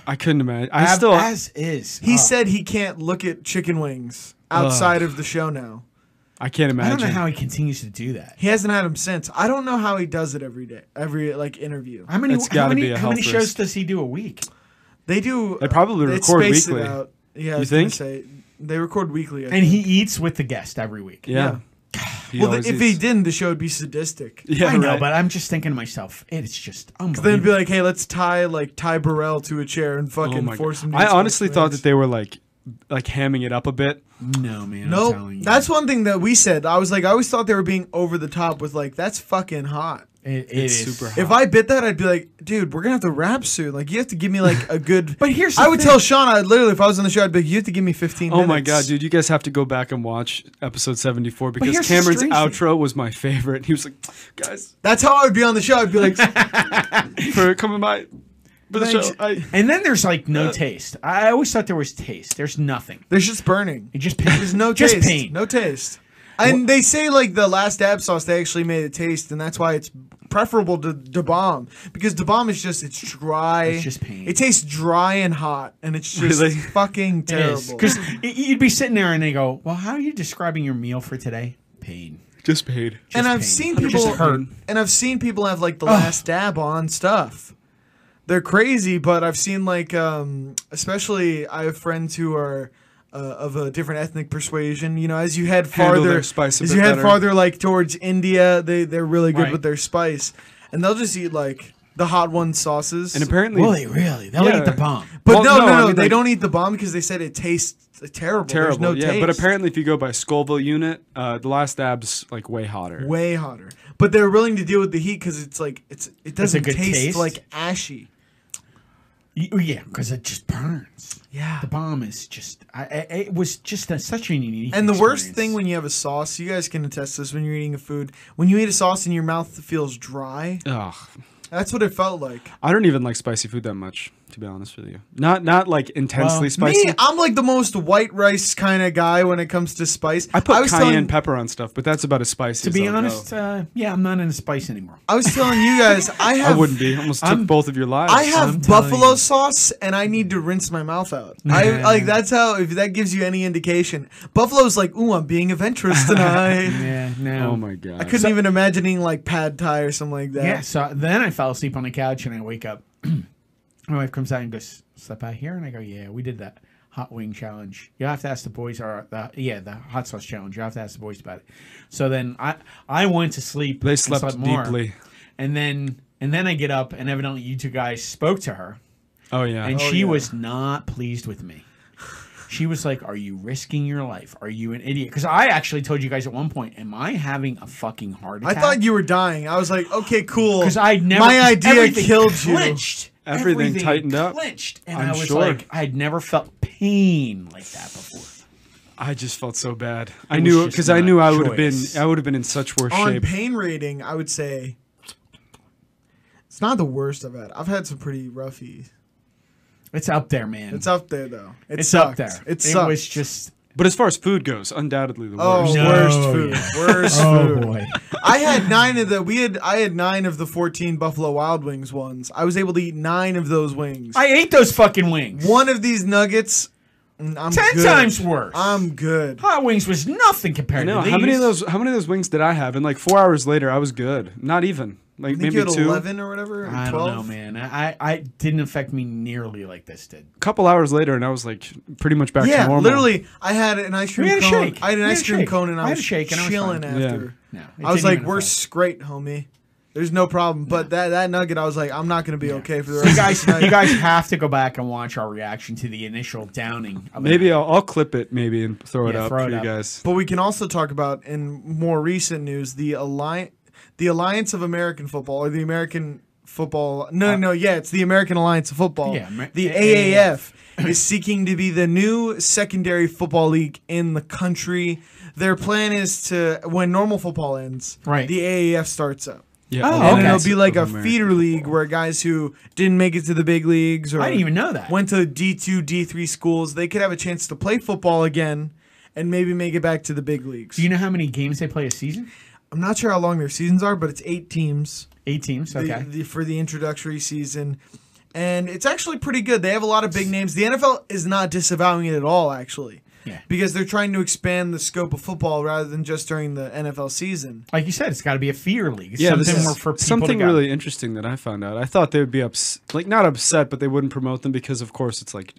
I couldn't imagine. I Ab- still. as is. He Uh, said he can't look at chicken wings outside of the show now. I can't I imagine. don't know how he continues to do that. He hasn't had him since. I don't know how he does it every day, every like interview. How many That's how gotta many, be a how many health shows risk. does he do a week? They do. They probably they record space it weekly. out. Yeah, I You was gonna think? Say, they record weekly. I And think. he eats with the guest every week. yeah. He well, always if he eats. didn't, the show would be sadistic. yeah, I know, right. but I'm just thinking to myself, it's just unbelievable. Then it'd be like, hey, let's tie like tie Burrell to a chair and Oh fucking my force him. God. to I his honestly first thought match." that they were like, like hamming it up a bit. no, man. I'm No, telling you. that's one thing that we said. I was like, I always thought they were being over the top with like, that's fucking hot. It- it It's is. super hot. If I bit that, I'd be like, dude, we're gonna have to rap soon. Like, you have to give me like a good. But here's the I would thing. tell Sean. I literally, if I was on the show, I'd be like, you have to give me 15. Oh my minutes." god, dude! You guys have to go back and watch episode seventy-four here's because the Cameron's strange outro was my favorite. He was like, "Guys, That's how I would be on the show. I'd be like, for coming by for the Thanks. show." I, And then there's like no taste. I always thought there was taste. There's nothing. there's just burning. It just pain. There's no just taste. pain. No taste. And they say like the last dab sauce, they actually made it taste, and that's why it's preferable to Da bomb because Da bomb is just it's dry. It's just pain. It tastes dry and hot, and it's just Really? fucking terrible. Because you'd be sitting there and they go, "Well, how are you describing your meal for today? Pain." just paid. Just and I've pain. seen Just people hurt. and I've seen people have like the last dab on stuff. They're crazy, but I've seen like um especially I have friends who are uh, of a different ethnic persuasion, you know, as you head Handle farther their spice a as bit you head better. farther like towards India, they they're really good Right. with their spice. And they'll just eat like the hot one sauces. And apparently, Will they really? They'll Yeah. eat the bomb. but Well, no, no, no, no, I mean, they like- don't eat the bomb because they said it tastes terrible. There's terrible. no yeah, but taste. apparently, if you go by Scoville unit, uh, the last dab's like way hotter. way hotter. But they're willing to deal with the heat because it's like it's it doesn't good taste, taste. like ashy. Y- oh, Yeah, because it just burns. Yeah. The bomb is just. I, I, it was just a, such an unique. And the worst experience. thing when you have a sauce, you guys can attest this when you're eating a food. When you eat a sauce and your mouth feels dry, Ugh, that's what it felt like. I don't even like spicy food that much, to be honest with you. Not not like intensely Well, spicy. Me, I'm like the most white rice kind of guy when it comes to spice. I put was cayenne telling, pepper on stuff, but that's about as spicy. to as be I'll go. honest, uh, yeah, I'm not into spice anymore. I was telling you guys, I I have. I wouldn't be. I Almost took I'm- both of your lives. have I'm telling buffalo you. sauce and I need to rinse my mouth out. I Yeah. like that's how if that gives you any indication. Buffalo's like, ooh, I'm being adventurous tonight. Yeah, no. Oh my I god. couldn't even imagine eating like pad thai or something like that. Yeah. So then I fell asleep on the couch and I wake up. My wife comes out and goes, "Slept out here?" And I go, "Yeah, we did that hot wing challenge. You'll have to ask the boys. Or the, yeah, the hot sauce challenge. You'll have to ask the boys about it." So then I I went to sleep. They and slept more. deeply. And then and then I get up and evidently you two guys spoke to her Oh yeah. and Oh, she yeah. was not pleased with me. She was like, "Are you risking your life? Are you an idiot?" Because I actually told you guys at one point, "Am I having a fucking heart I attack?" thought you were dying. I was like, okay, cool. because I never my idea everything killed clinched. Everything tightened up. clinched, and I'm I was sure. like, I'd never felt pain like that before. I just felt so bad. I was knew just because I not knew I would have been joyous. I would have been in such worse you. On shape. pain rating, I would say it's not the worst I've had. I've had some pretty roughies. It's up there, man. It's up there though. It It's sucked. up there. It it sucked. was just But as far as food goes, undoubtedly the oh, worst. No, worst food. yeah. Worst oh food. boy. I had nine of the. We had. I had nine of the fourteen Buffalo Wild Wings ones. I was able to eat nine of those wings. I ate those fucking wings. One of these nuggets. mm, I'm ten good. times worse. I'm good. Hot wings was nothing I compared know. to these. How many of those? How many of those wings did I have? And like four hours later, I was good. Not even like I think maybe you had two. eleven or whatever. Or I 12? don't know, man. I, I I didn't affect me nearly like this did. couple hours later, and I was like pretty much back yeah, to normal. literally, I had an ice cream We had a cone. shake. I had an We had ice a cream shake. cone, and I, I had was a shake and I was chilling fine. Yeah. after. No, it I was didn't like, even "We're affect- straight, homie. There's no problem." But that that nugget, I was like, "I'm not gonna be okay for the you rest." guys, of the night. you guys have to go back and watch our reaction to the initial downing. Of Maybe I'll, I'll clip it, maybe, and throw it Yeah, up throw for it you up. guys. But we can also talk about in more recent news the alliance, the Alliance of American Football, or the American Football. No, no, yeah, it's the American Alliance of Football. Uh, Yeah, Amer- the A- AAF is seeking to be the new secondary football league in the country. Their plan is to when normal football ends, Right. The AAF starts up. Yeah. Oh, And okay. it'll be like a American feeder league where guys who didn't make it to the big leagues or I didn't even know that. went to D2, D3 schools, they could have a chance to play football again and maybe make it back to the big leagues. Do you know how many games they play a season? I'm not sure how long their seasons are, but it's eight teams Eight teams. the- Okay. the- for the introductory season. And it's actually pretty good. They have a lot of big names. The NFL is not disavowing it at all, actually. Yeah. because they're trying to expand the scope of football rather than just during the NFL season. Like you said, it's got to be a fear league. It's Yeah, something this is where for people something to go. really interesting that I found out. I thought they would be ups- like not upset, but they wouldn't promote them because, of course, it's like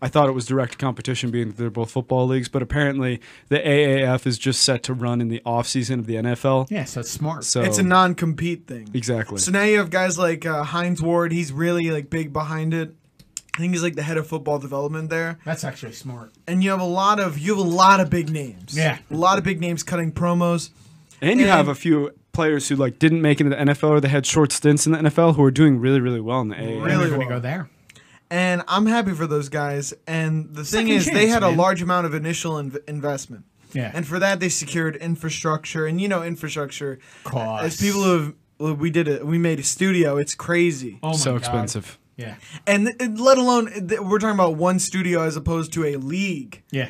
I thought it was direct competition, being that they're both football leagues. But apparently, the AAF is just set to run in the off season of the NFL. Yeah, so it's smart. So It's a non-compete thing. exactly. So now you have guys like uh, Heinz Ward. He's really like big behind it. I think he's like the head of football development there. That's actually smart. And you have a lot of you have a lot of big names. Yeah. a lot of big names cutting promos. and you have and- a few players who like didn't make it into the NFL or they had short stints in the NFL who are doing really really well in the AAF. Really going to well. go there. and I'm happy for those guys. And the thing Second is, they chance, had a man. large amount of initial inv- investment, Yeah. and for that they secured infrastructure. And you know, infrastructure Costs. as people who have. well, We did it. We made a studio. It's crazy, oh my so God. expensive. Yeah. and th- and let alone th- we're talking about one studio as opposed to a league. Yeah.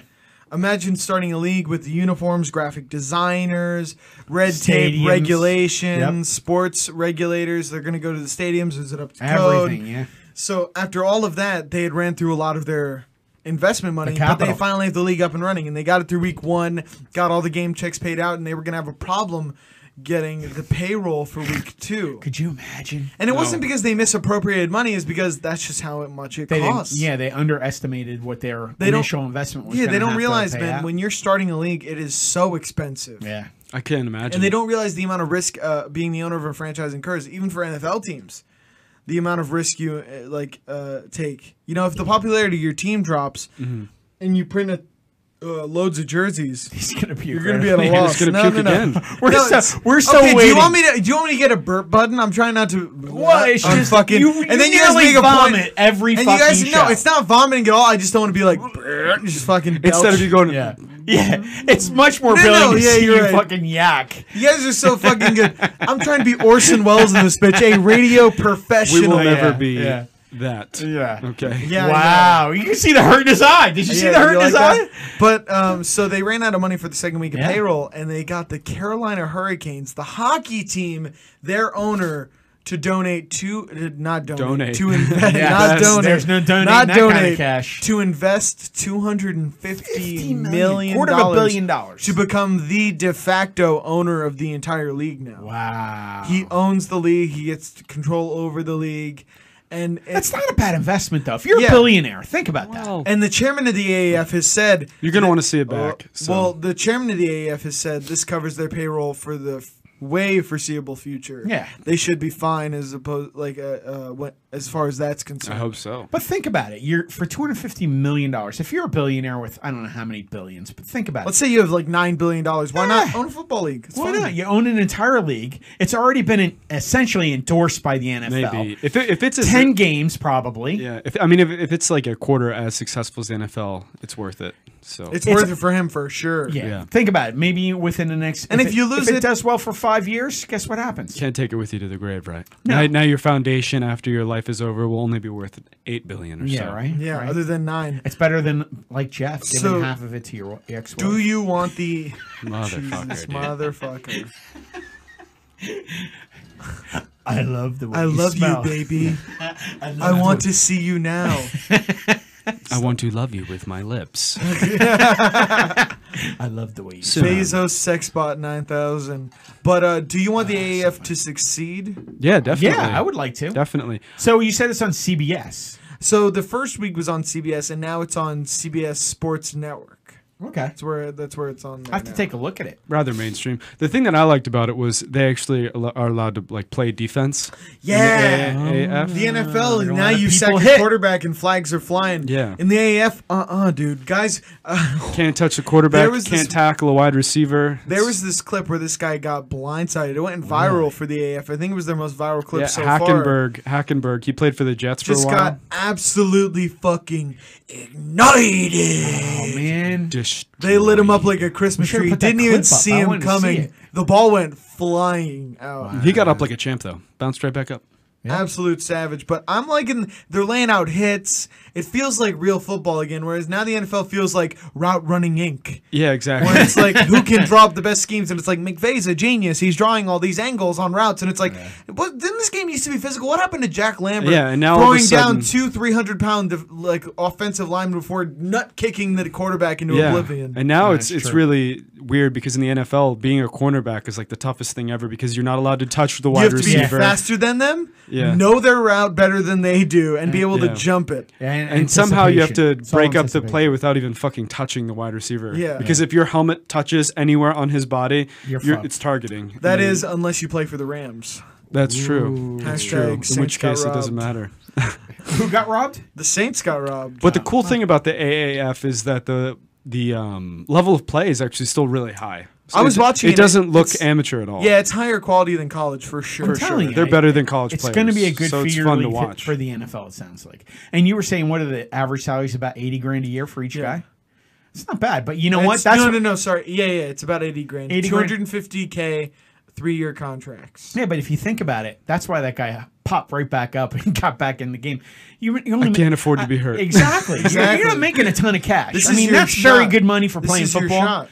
Imagine starting a league with the uniforms, graphic designers, red Stadiums. tape regulations, Yep. sports regulators. They're going to go to the stadiums. Is it up to code? Everything. Yeah. So after all of that, they had ran through a lot of their investment money, The but they capital. finally have the league up and running, and they got it through week one, got all the game checks paid out, and they were gonna have a problem getting the payroll for week two. Could you imagine? And it wasn't because they misappropriated money; is because that's just how it- much it They didn't, costs. yeah, they underestimated what their They don't- initial investment was. yeah. gonna They don't have to realize, pay man, out. when you're starting a league, it is so expensive. yeah, I can't imagine. And they don't realize the amount of risk uh, being the owner of a franchise incurs, even for NFL teams. The amount of risk you uh, like uh, take. You know, if the popularity of your team drops Mm-hmm. and you print a, uh, loads of jerseys, he's gonna be. you're going to be at a You're loss. just gonna no, puke no, no. again. We're No, so- it's- we're so okay, Do you waiting. want me to? Do you want me to get a burp button? I'm trying not to. Well, it's I'm just fucking. you- and then you you guys nearly make a vomit point. every and fucking you guys no, show. it's not vomiting at all. I just don't want to be like "Brrr," just fucking. Belch. Instead of you going, Yeah, yeah. It's much more No, appealing no, to yeah, see you're you right. fucking yak. You guys are so fucking good. I'm trying to be Orson Welles in this bitch, a radio we professional. will Oh, never yeah, be yeah. that. Yeah. Okay. Yeah, I know. wow, you can see the hurt in his eye. Did you see Yeah, the hurt you in his like eye? that? But um, so they ran out of money for the second week of Yeah. payroll, and they got the Carolina Hurricanes, the hockey team, their owner. To donate to uh, not donate, Donate. to invest Yeah, not that's- donate there's no donating not that kind of donate, cash. to invest two hundred and fifty million. million Quarter of a billion dollars. to become the de facto owner of the entire league now. Wow, He owns the league. He gets control over the league, and that's it's not a bad investment though. If you're Yeah. a billionaire, think about Wow. and the chairman of the AAF has said You're gonna want to see it back. Uh, so. Well, the chairman of the AAF has said this covers their payroll for the f- way foreseeable future. Yeah. they should be fine as opposed like uh, uh what as far as that's concerned. I Uh-huh. hope so. But think about it. You're for two hundred fifty million dollars. If you're a billionaire with I don't know how many billions, but think about Let's it. say you have like nine billion dollars. Why not Yeah. own a football league? It's Why fun. not? You own an entire league. It's already been en- essentially endorsed by the NFL. Maybe if it, if it's as Ten games probably. yeah, if, I mean if, if it's like a quarter as successful as the NFL, it's worth it. So It's, It's- worth it for him for sure. Yeah. Yeah. Think about it. Maybe within the next. And if you lose if it, it- does well for five years, guess what happens? can't take it with you to the grave, right? No. Now, now your foundation after your life is over will only be worth eight billion or so. Yeah. Right. yeah. Right. Other than nine, it's better than like Jeff giving So, half of it to your ex. do you want the Motherfucker, Jesus dude. motherfucker? I love the way I you love smell. you, baby. I want to see you now. I want to love you with my lips. I love the way you. Soon. Bezos Sexbot 9000. But uh, do you want the AAF to succeed? Yeah, definitely. Yeah, I would like to. definitely. So you said it's on CBS. So the first week was on CBS, and now it's on CBS Sports Network. Okay. That's where that's where it's on. I have to take a look at it. Rather mainstream. The thing that I liked about it was they actually al- are allowed to like play defense. in Yeah. the A- AAF. The NFL a now lot of you sack people your hit. quarterback and flags are flying. Yeah. In the AAF, uh uh dude, guys, uh, Can't touch the quarterback. There was can't this- tackle a wide receiver. there was this clip where this guy got blindsided. It went viral for the AAF. I think it was their most viral clip yeah, so far. Hackenberg. Hackenberg. He played for the Jets for Just a while. got absolutely fucking ignited. Oh man. They lit him up like a We Christmas should've tree. put that Didn't even clip up. see I him wanted to see coming. it. the ball went flying out. He got up like a champ though. Bounced right back up. Absolute savage. But I'm liking they're laying out hits. It feels like real football again, whereas now the NFL feels like route running ink. Yeah, Where exactly. it's like who can draw up the best schemes, and it's like McVay's a genius. He's drawing all these angles on routes, and it's like, what, didn't this game used to be physical? What happened to Jack Lambert? Yeah, and now all of a throwing down sudden- two three hundred pound def- like offensive linemen before nut kicking the quarterback into yeah. oblivion. And now Yeah, it's it's it's true. really weird because in the NFL, being a cornerback is like the toughest thing ever because you're not allowed to touch the you wide have to be receiver. faster than them, Yeah. know their route better than they do, and be able to Yeah. jump it. and somehow you have to anticipation. It's all break up the anticipation. play without even fucking touching the wide receiver. Yeah. Because if your helmet touches anywhere on his body, You're you're fucked. it's targeting. That And is, unless you play for the Rams. That's Ooh. true. That's true. Hashtag in which Saints case, got it doesn't robbed. matter. Who got robbed? The Saints got robbed. But the cool thing about the AAF is that the the um, level of play is actually still really high. So I was it- watching It and doesn't it- look it's- amateur at all. yeah, it's higher quality than college for sure. I'm telling you, they're I- better than college It's players. going to be a good so for it's your fun to league fit watch. for the NFL. It sounds like. And you were saying what are the average salaries? About eighty grand a year for each Yeah. guy. It's not bad, but you know what? It's- That's no, what- no, no. Sorry. Yeah, yeah. It's about eighty grand. 80 Two grand. hundred and fifty k, three year contracts. Yeah, but if you think about it, that's why that guy popped right back up and got back in the game. You, you only I can't afford to be hurt. Exactly. You're- You're, Exactly. not making a ton of cash. This I is mean, your that's very shot. good money for This playing is your football. shot.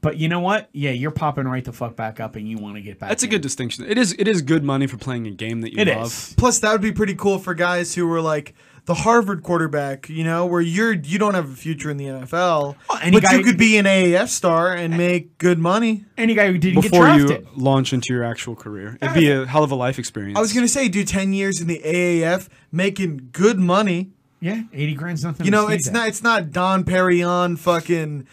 But you know what? Yeah, you're popping right the fuck back up, and you want to get back. That's a in. good distinction. It is it is good money for playing a game that you It is. love. Plus, that would be pretty cool for guys who were like the Harvard quarterback. You know, where you're you don't have a future in the NFL, Well, any but guy- you could be an AAF star and make good money. Any guy who didn't Before get you drafted. launch into your actual career, it'd be a hell of a life experience. I was gonna say, do ten years in the AAF, making good money. yeah, eighty grand's nothing. You to know, sneeze it's at. not it's not Don Perignon fucking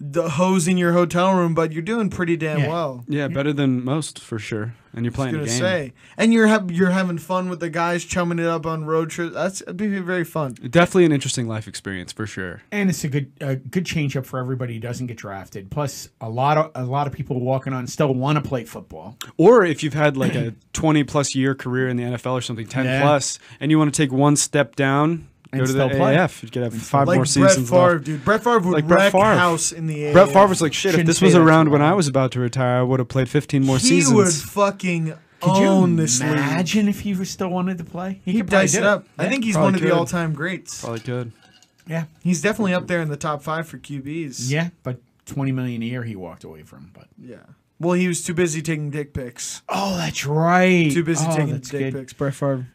the hose in your hotel room, but you're doing pretty damn Yeah. well. Yeah, better than most for sure. And you're playing a gonna game. say, and you're ha- you're having fun with the guys, chumming it up on road trips. That's it'd be very fun. Definitely an interesting life experience for sure. and it's a good a good change up for everybody who doesn't get drafted. Plus, a lot of a lot of people walking on still want to play football. Or if you've had like a 20 plus year career in the NFL or something, 10 Yeah. plus, and you want to take one step down, And go to the still play. AF. You could have five Like more Brett seasons. Favre, left. dude. Brett Favre would Like Brett wreck Favre. house in the air. Brett Favre was like, shit, Shouldn't if this say was that around too when I long. was about to retire, I would have played 15 more he seasons. would fucking Could you own this league. imagine if he was still wanted to play? He He could probably diced do it up. I Yeah. think he's Probably one of the could. all-time greats. Probably could. yeah, He's definitely up there in the top five for QBs. yeah. But twenty million a year he walked away from. But Yeah. Well, he was too busy taking dick pics. oh, that's right. Too busy Oh, taking that's dick good. pics. Brett Favre.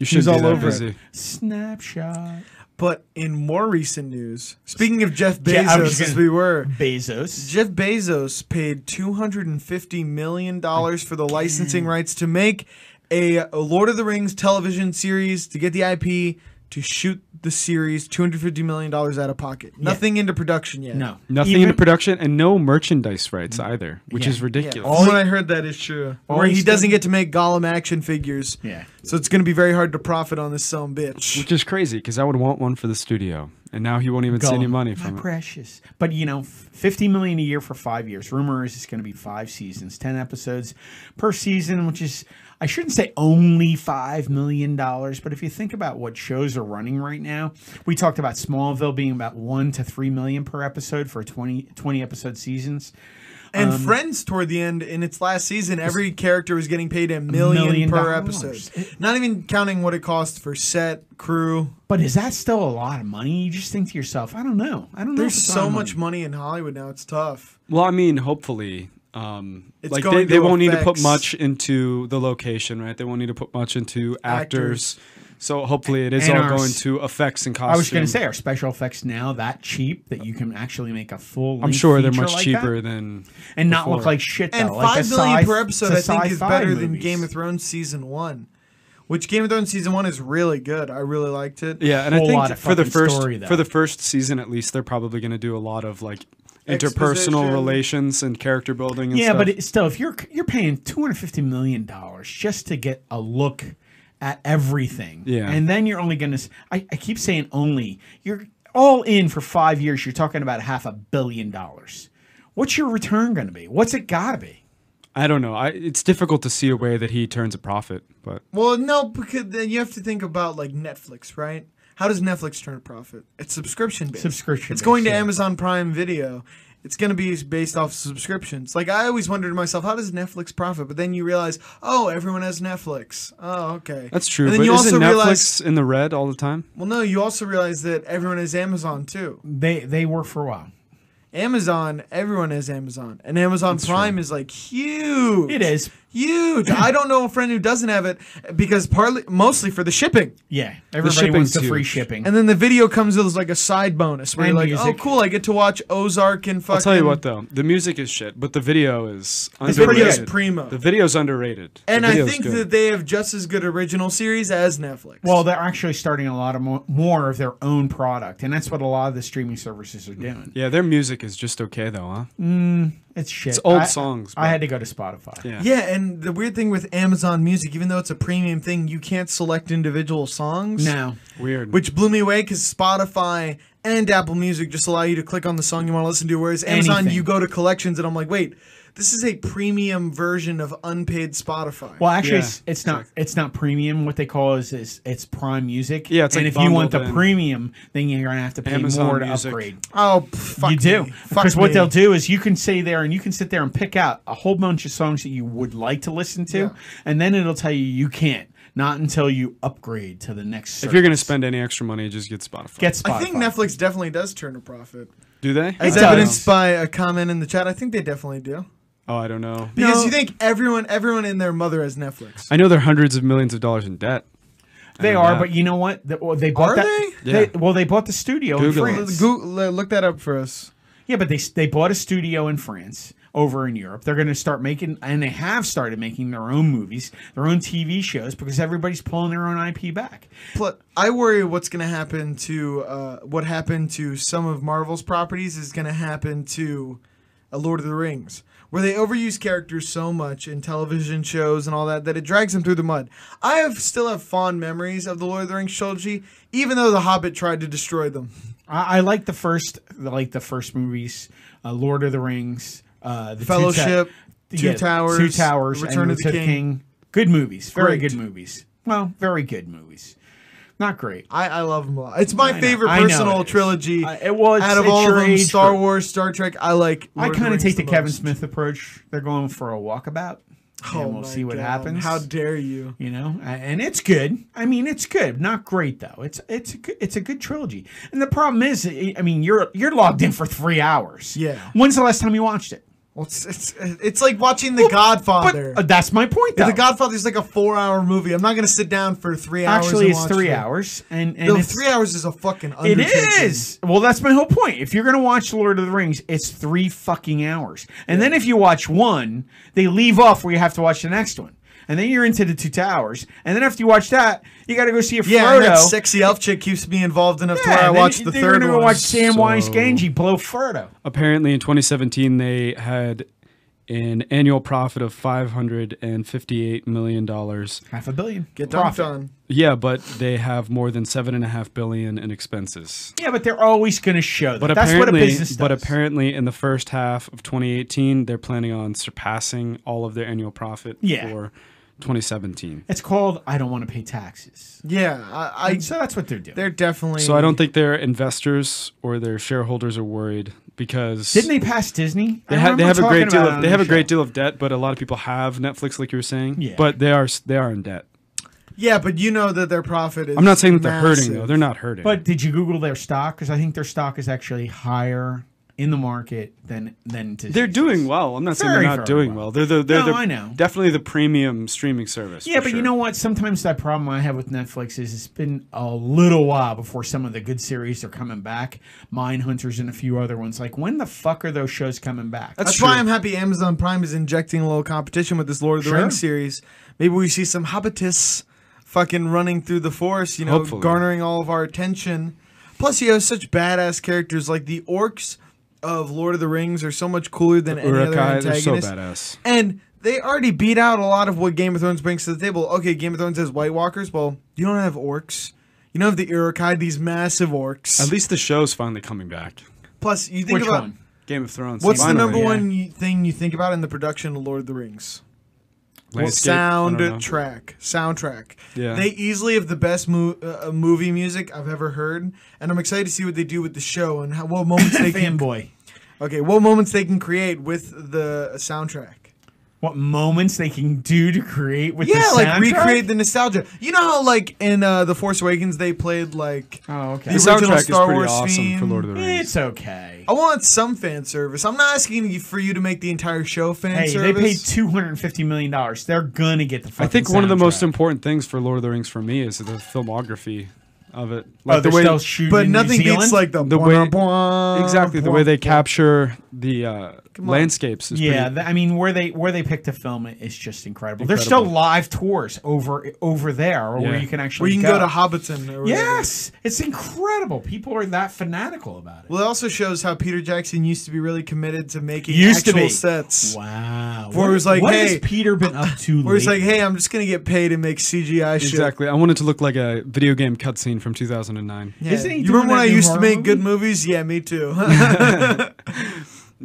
You should be all that over it. busy. Snapshot. But in more recent news, speaking of Jeff Bezos, Yeah, I was as gonna- we were, Bezos. Jeff Bezos paid $250 million for the Mm. licensing rights to make a Lord of the Rings television series to get the IP to shoot the series $250 million out of pocket. Nothing into production yet. No, Nothing Even- into production and no merchandise rights either, which Yeah. is ridiculous. All when I heard that is true. All Where he's he doesn't done- get to make Gollum action figures. Yeah. So it's going to be very hard to profit on this some bitch. Which is crazy because I would want one for the studio, and now he won't even see any Gollum. money My from it. precious. But you know, f- fifty million a year for five years. Rumor is it's going to be five seasons, ten episodes per season, which is I shouldn't say only five million dollars, but if you think about what shows are running right now, we talked about Smallville being about one to three million per episode for 20, 20 episode seasons. And Um, Friends toward the end in its last season, every character was getting paid a million, million per dollars. episode. Not even counting what it cost for set, crew. But is that still a lot of money? You just think to yourself, I don't know. I don't know. if There's it's a so lot of much money in Hollywood now. It's tough. Well, I mean, hopefully. Um, It's like they, going they to won't need to put affect- much into the location, right? They won't need to put much into actors. So hopefully it is And all our going s- to effects and costume. I was going to say, are special effects now that cheap that you can actually make a full? I'm sure they're much like that? cheaper than and not look before. like shit. Though. And like five the million sci- per episode, the I think, is sci-fi better than movies. Game of Thrones season one, which Game of Thrones season one is really good. I really liked it. Yeah, and whole I lot think of for the fucking first story, though. for the first season at least, they're probably going to do a lot of like Exposition. interpersonal relations and character building. And Yeah, stuff. but it, still, if you're you're paying two hundred fifty million dollars just to get a look at everything, Yeah. and then you're only going to. I I keep saying only. You're all in for five years. You're talking about half a billion dollars. What's your return going to be? What's it got to be? I don't know. I, it's difficult to see a way that he turns a profit, but Well, no, because then you have to think about like Netflix, right? How does Netflix turn a profit? It's subscription based. Subscription It's going to based, yeah. Amazon Prime Video. It's going to be based off subscriptions. Like I always wondered to myself, how does Netflix profit? But then you realize, oh, everyone has Netflix. Oh, okay. That's true. And then but you also isn't Netflix realize, in the red all the time? well, no, you also realize that everyone has Amazon too. They they were for a while. Amazon, everyone has Amazon, and Amazon Prime is like huge. It is. huge. I don't know a friend who doesn't have it because partly, mostly for the shipping, Yeah, everybody wants shipping's the free huge. shipping. and then the video comes as like a side bonus where Mm-hmm. And you're like, oh, music. cool, I get to watch Ozark and fucking. I'll tell you what though, the music is shit, but the video is The video underrated. is primo. The video's underrated. The and I video's think good. that they have just as good original series as Netflix. well, they're actually starting a lot of more, more of their own product, and that's what a lot of the streaming services are doing. yeah, their music is just okay though, huh? It's shit. It's old I- songs, I but- had to go to Spotify. Yeah. yeah, and the weird thing with Amazon Music, even though it's a premium thing, you can't select individual songs. Now, Weird. which blew me away because Spotify and Apple Music just allow you to click on the song you want to listen to, whereas Amazon, Anything. you go to collections, and I'm like, wait, this is a premium version of unpaid Spotify. well, actually, Yeah, it's, it's not it's not premium. What they call is is it's Prime Music. Yeah, it's and like if you want the bundled in. premium, then you're gonna have to pay Amazon more to Music. upgrade. oh, pff, fuck you do me. Fuck because what me. they'll do is you can stay there and you can sit there and pick out a whole bunch of songs that you would like to listen to, Yeah. and then it'll tell you you can't. Not until you upgrade to the next. if you're gonna service. spend any extra money, just get Spotify. get Spotify, I think Netflix definitely does turn a profit, Do they? as I don't evidenced by a comment in the chat. I think they definitely do know. Oh, I don't know. because No. you think everyone, everyone and their mother has Netflix. I know they're hundreds of millions of dollars in debt. they know are, that. but you know what? They, well, they bought Are that. they? Yeah. well, they bought the studio Google it. in L- France. Goo- l- look that up for us. Yeah, but they they bought a studio in France over in Europe. They're going to start making, and they have started making their own movies, their own TV shows, because everybody's pulling their own IP back. Pl- I worry what's going to happen to uh, what happened to some of Marvel's properties is going to happen to a Lord of the Rings, where they overuse characters so much in television shows and all that that it drags them through the mud. I have still have fond memories of the Lord of the Rings trilogy, even though the Hobbit tried to destroy them. I, I like the first, like the first movies, uh, Lord of the Rings, uh, the Two Ta- Fellowship, Two yeah, Towers, Two Towers, Return and of the King. Good movies, very Great. good movies. Well, very good movies. Not great. I, I love them a lot. It's my know. favorite I know personal it is. trilogy. I- it- well, it's- out of it's all your of them, age Star group. Wars, Star Trek. I like. Lord I of the kind of Rings take the, Kevin most. Oh Smith approach. They're going for a walkabout, and we'll my see what God, happens. How dare you? you know A- and it's good i mean it's good not great though it's it's a good, it's a good trilogy and the problem is i I mean you're you're logged in for 3 hours Yeah. when's the last time you watched it Well, it's, it's it's like watching The Godfather. but uh, that's my point though The Godfather is like a four-hour movie. I'm not gonna sit down for three hours. actually and it's watch 3 it. hours and and No, it's, three hours is a fucking. it Undertaking. is well that's my whole point if you're going to watch lord of the rings it's 3 fucking hours and then if you watch one they leave off where you have to watch the next one and then you're into the two towers and then after you watch that you got to go see a Yeah, and Frodo that sexy elf chick keeps me involved enough to where I and then watch the then you're third gonna one. watch Samwise So- Ganji blow Frodo. Apparently, in 2017, they had an annual profit of 558 million dollars. Half a billion. Get dumped Profit. on. Yeah, but they have more than seven and a half billion in expenses. Yeah, but they're always going to show that. But That's what a apparently, business does. but apparently, in the first half of 2018, they're planning on surpassing all of their annual profit Yeah. for 2017. it's called I don't want to pay taxes. Yeah, I, I And so that's what they're doing. they're definitely. So I don't think their investors or their shareholders are worried because Didn't they pass Disney? They, ha- they have a great deal of they have a great deal of debt, but a lot of people have Netflix, like you were saying. Yeah. But they are s- they are in debt. Yeah, but you know that their profit is. I'm not saying that they're massive. hurting though; they're not hurting. But did you Google their stock? Because I think their stock is actually higher in the market than than Disney. they're doing well. I'm not saying Very, they're very not doing well. well. They're the they're No, the, I know. definitely the premium streaming service. Yeah, for but you sure. know what? Sometimes that problem I have with Netflix is it's been a little while before some of the good series are coming back. Mindhunters and a few other ones. Like, when the fuck are those shows coming back? That's That's why true. I'm happy Amazon Prime is injecting a little competition with this Lord of the Sure. Rings series. Maybe we see some hobbitists fucking running through the forest, you know, Hopefully. garnering all of our attention. Plus, you have such badass characters like the orcs of Lord of the Rings are so much cooler than any other Urukai, they're antagonist. so badass. And they already beat out a lot of what Game of Thrones brings to the table. Okay, Game of Thrones has White Walkers. Well, you don't have orcs. You don't have the Urukai, these massive orcs. At least the show's finally coming back. Plus, you think Which about one? Game of Thrones. what's finally. the number yeah. one you- thing you think about in the production of Lord of the Rings? Landscape, I don't know. sound track soundtrack Yeah. they easily have the best mo- uh, movie music i've ever heard and i'm excited to see what they do with the show and how what moments they can fanboy. Okay, what moments they can create with the soundtrack? What moments they can do to create with Yeah, the like soundtrack? recreate the nostalgia. You know how like in uh, the Force Awakens they played like Oh, okay. The The original soundtrack Star is pretty Wars awesome for theme. Lord of the Rings. It's okay. I want some fan service. I'm not asking you for you to make the entire show fan Hey, service. they paid two hundred and fifty million dollars. They're gonna get the. I Fucking think one of the most soundtrack. important things for Lord of the Rings for me is the filmography of it. Oh, Like the they're way still shooting but in New nothing beats Zealand? like the, The bwah, way- bwah, exactly the bwah, way they bwah. capture the uh, on. landscapes is Yeah, pretty th- I mean where they where they picked to film it is just incredible. There's still Incredible. live tours over over there or where Yeah. you can actually Where you can go, to Hobbiton. Or whatever. Yes, it's incredible. People are that fanatical about it. Well, it also shows how Peter Jackson used to be really committed to making Used to actual be. sets. Wow. Where it was like, what hey- has Peter been up to? Where he's like, lately? "Hey, I'm just gonna get paid and make CGI shit." exactly. I want it to look like a video game cutscene from 2009. Yeah. Isn't he you doing remember when that I new used to horror make movie? good movies? Yeah, me too.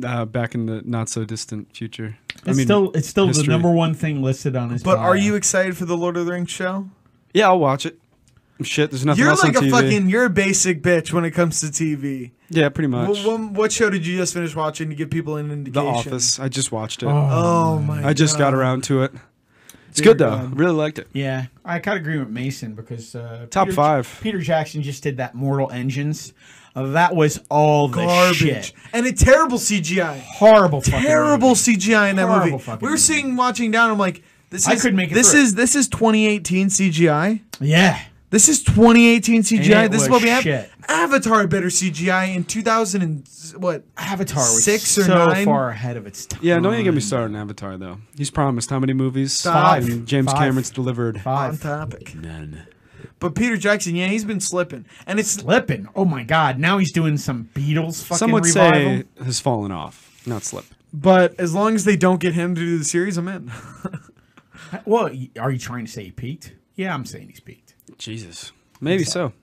Uh, back in the not so distant future. it's still it's still the history. number one thing listed on his. but are bio. you excited for the Lord of the Rings show? yeah, I'll watch it. Shit, there's nothing You're else like a on TV. fucking you're a basic bitch when it comes to TV. yeah, pretty Wh- much. wh- what show did you just finish watching to give people an the indication? Office. I just watched it. Oh. Oh my! I just got God. around to it. It's Dear good though. God. Really liked it. Yeah, I kind of agree with Mason because uh, Top Peter- five. Peter Jackson just did that Mortal Engines. Uh, that was all the garbage shit. and a terrible CGI. Horrible, fucking terrible movie. CGI in that Horrible movie. fucking We were movie. sitting watching down. I'm like, this is I couldn't make it this through. is this is 2018 CGI. Yeah, This is 2018 CGI. it This is was what we have. shit. Avatar had better CGI in 2000 and s- what? Avatar was Six or so nine? far ahead of its time. Yeah, don't even get me started on Avatar though. He's promised how many movies? Five. And James Five. Cameron's delivered. On Five. topic. But Peter Jackson, yeah, he's been slipping, and it's Slipping. Oh my God! Now he's doing some Beatles fucking Some would revival. say has fallen off, not slip. but as long as they don't get him to do the series, I'm in. well, y- are you trying to say he peaked? Yeah, I'm saying he's peaked. Jesus, maybe so.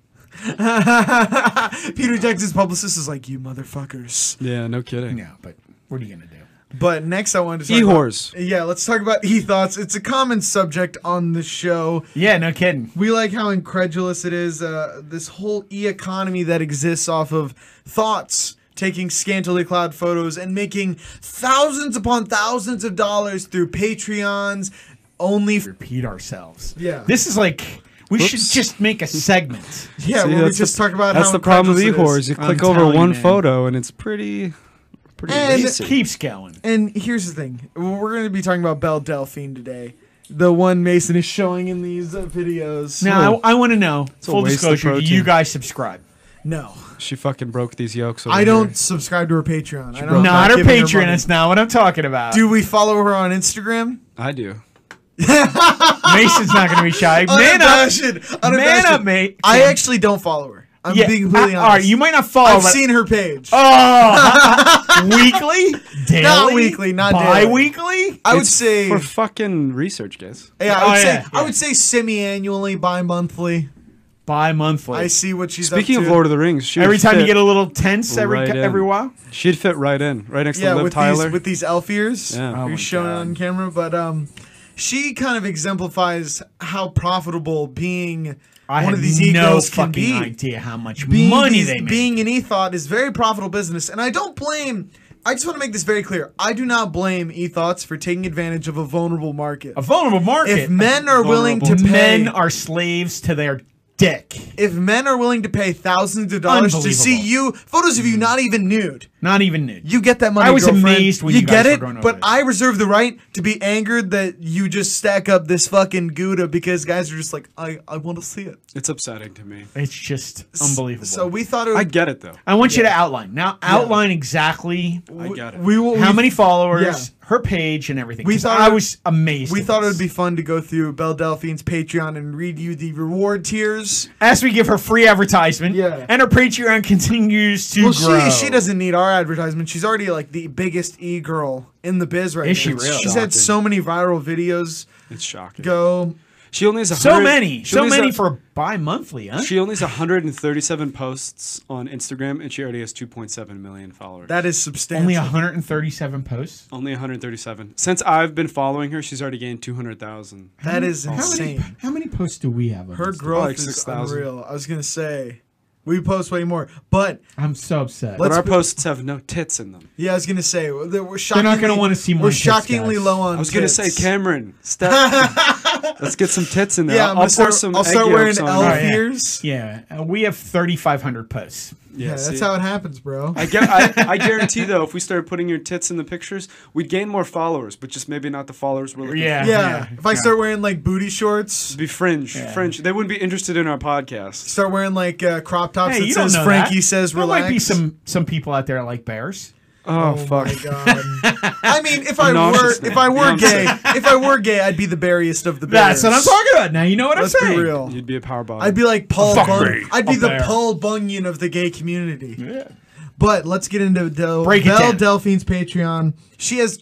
Peter Jackson's publicist is like, you motherfuckers. Yeah, no kidding. E No, but what are you gonna do? But next, I wanted to talk E-whores. About, yeah, let's talk about e thoughts. It's a common subject on the show. Yeah, no kidding. We like how incredulous it is. Uh, this whole e economy that exists off of thoughts, taking scantily clad photos and making thousands upon thousands of dollars through Patreons, only. F- Repeat ourselves. Yeah. This is like we should Whoops. just make a segment. yeah, See, where we that's the- just talk about That's how the problem with e-whores. incredulous it You is. click I'm over telling you, one man. photo and it's pretty, pretty. And- It basic. keeps going. And here's the thing we're going to be talking about Belle Delphine today. The one Mason is showing in these uh, videos. Now I, I want to know. a Full waste of disclosure: Do you protein. guys subscribe? no. she fucking broke these yokes. Over I here. don't subscribe to her Patreon. I don't, I'm Not our giving her Patreon. money. That's not what I'm talking about. Do we follow her on Instagram? I do. Mason's not going to be shy. Man up, Unabashed, man unabashed. up, mate. I actually don't follow her. I'm Yeah, being completely I- honest. All right, you might not follow. I've but- seen her page. Oh, weekly, daily, weekly, not daily. bi-weekly. I would It's say, for fucking research, guys. yeah, I would Oh, say, yeah, I yeah. would say semi-annually, bi-monthly. bi-monthly. I see what she's Speaking up of to. Lord of the Rings, she every would time you fit get a little tense, every right in. every while. she'd fit right in, right next yeah, to Liv with Tyler. these with these elf ears, Yeah. Oh yeah. my who's shown God. on camera, but um, she kind of exemplifies how profitable being I one have of these no egos can fucking be. idea how much being money these- they make. being an e-thought is very profitable business and i don't blame i just want to make this very clear i do not blame e-thoughts for taking advantage of a vulnerable market a vulnerable market. if men are willing to Vulnerable. pay men are slaves to their dick. if men are willing to pay thousands of dollars to see you Unbelievable. photos of you not even nude Not even nude. you get that money I was girlfriend. amazed when you guys get were it going over but this. i reserve the right to be angered that you just stack up this fucking gouda because guys are just like i i want to see it it's upsetting to me. it's just unbelievable. so we thought it I would get it though. I want you to outline now. Outline exactly I get it. we, will. how we- many followers, Yeah. her page, and everything. We 'Cause thought I it- was amazed. We at thought it this. would be fun to go through Belle Delphine's Patreon and read you the reward tiers. as we give her free advertisement. Yeah. and her Patreon continues to Well, grow. she she doesn't need our advertisement. She's already like the biggest e girl in the biz right Is now. she really? She's had so many viral videos It's shocking. go. She only has a So many, She so only has many a- for bi-monthly, huh? She only has 137 posts on Instagram, and she already has 2.7 million followers. That is substantial. Only 137 posts. Only 137. Since I've been following her, she's already gained 200,000. that is How many, insane. how many posts do we have? on Her Instagram? growth Like is 6,000. unreal. I was gonna say We post way more, but I'm so upset. But Let's our be- posts have no tits in them. yeah, I was gonna say we're they're- we're not shockingly, gonna wanna see my We're tits, shockingly guys. low on. I was gonna say, Cameron, step. Let's get some tits in there. Yeah, I'll, I'm I'll gonna pour start, some. I'll egg start wearing yolks on elf mine. yeah. ears. Yeah, yeah, uh, we have 3,500 posts. that's see? how it happens, bro. I, gu- I, I guarantee though, if we started putting your tits in the pictures, we'd gain more followers, but just maybe not the followers we're looking yeah, Yeah, if I start wearing like booty shorts, for. Be fringe, Yeah. fringe. They wouldn't be interested in our podcast. start wearing like uh, crop tops Hey, that you don't says know Frankie that. says there relax. might be some some people out there that like bears. Oh, fuck! My God. I mean, if I were Obnoxious if now. I You know were what I'm gay, if I were gay, I'd be the barriest of the bears. That's what I'm talking about. Now you know what Let's I'm saying. be real. You'd be a power bottom. I'd be like Paul. Fuck Bun- me. I'd be A the bear. Paul Bunyan of the gay community. But let's get into Del- Break it Belle down. Delphine's Patreon. She has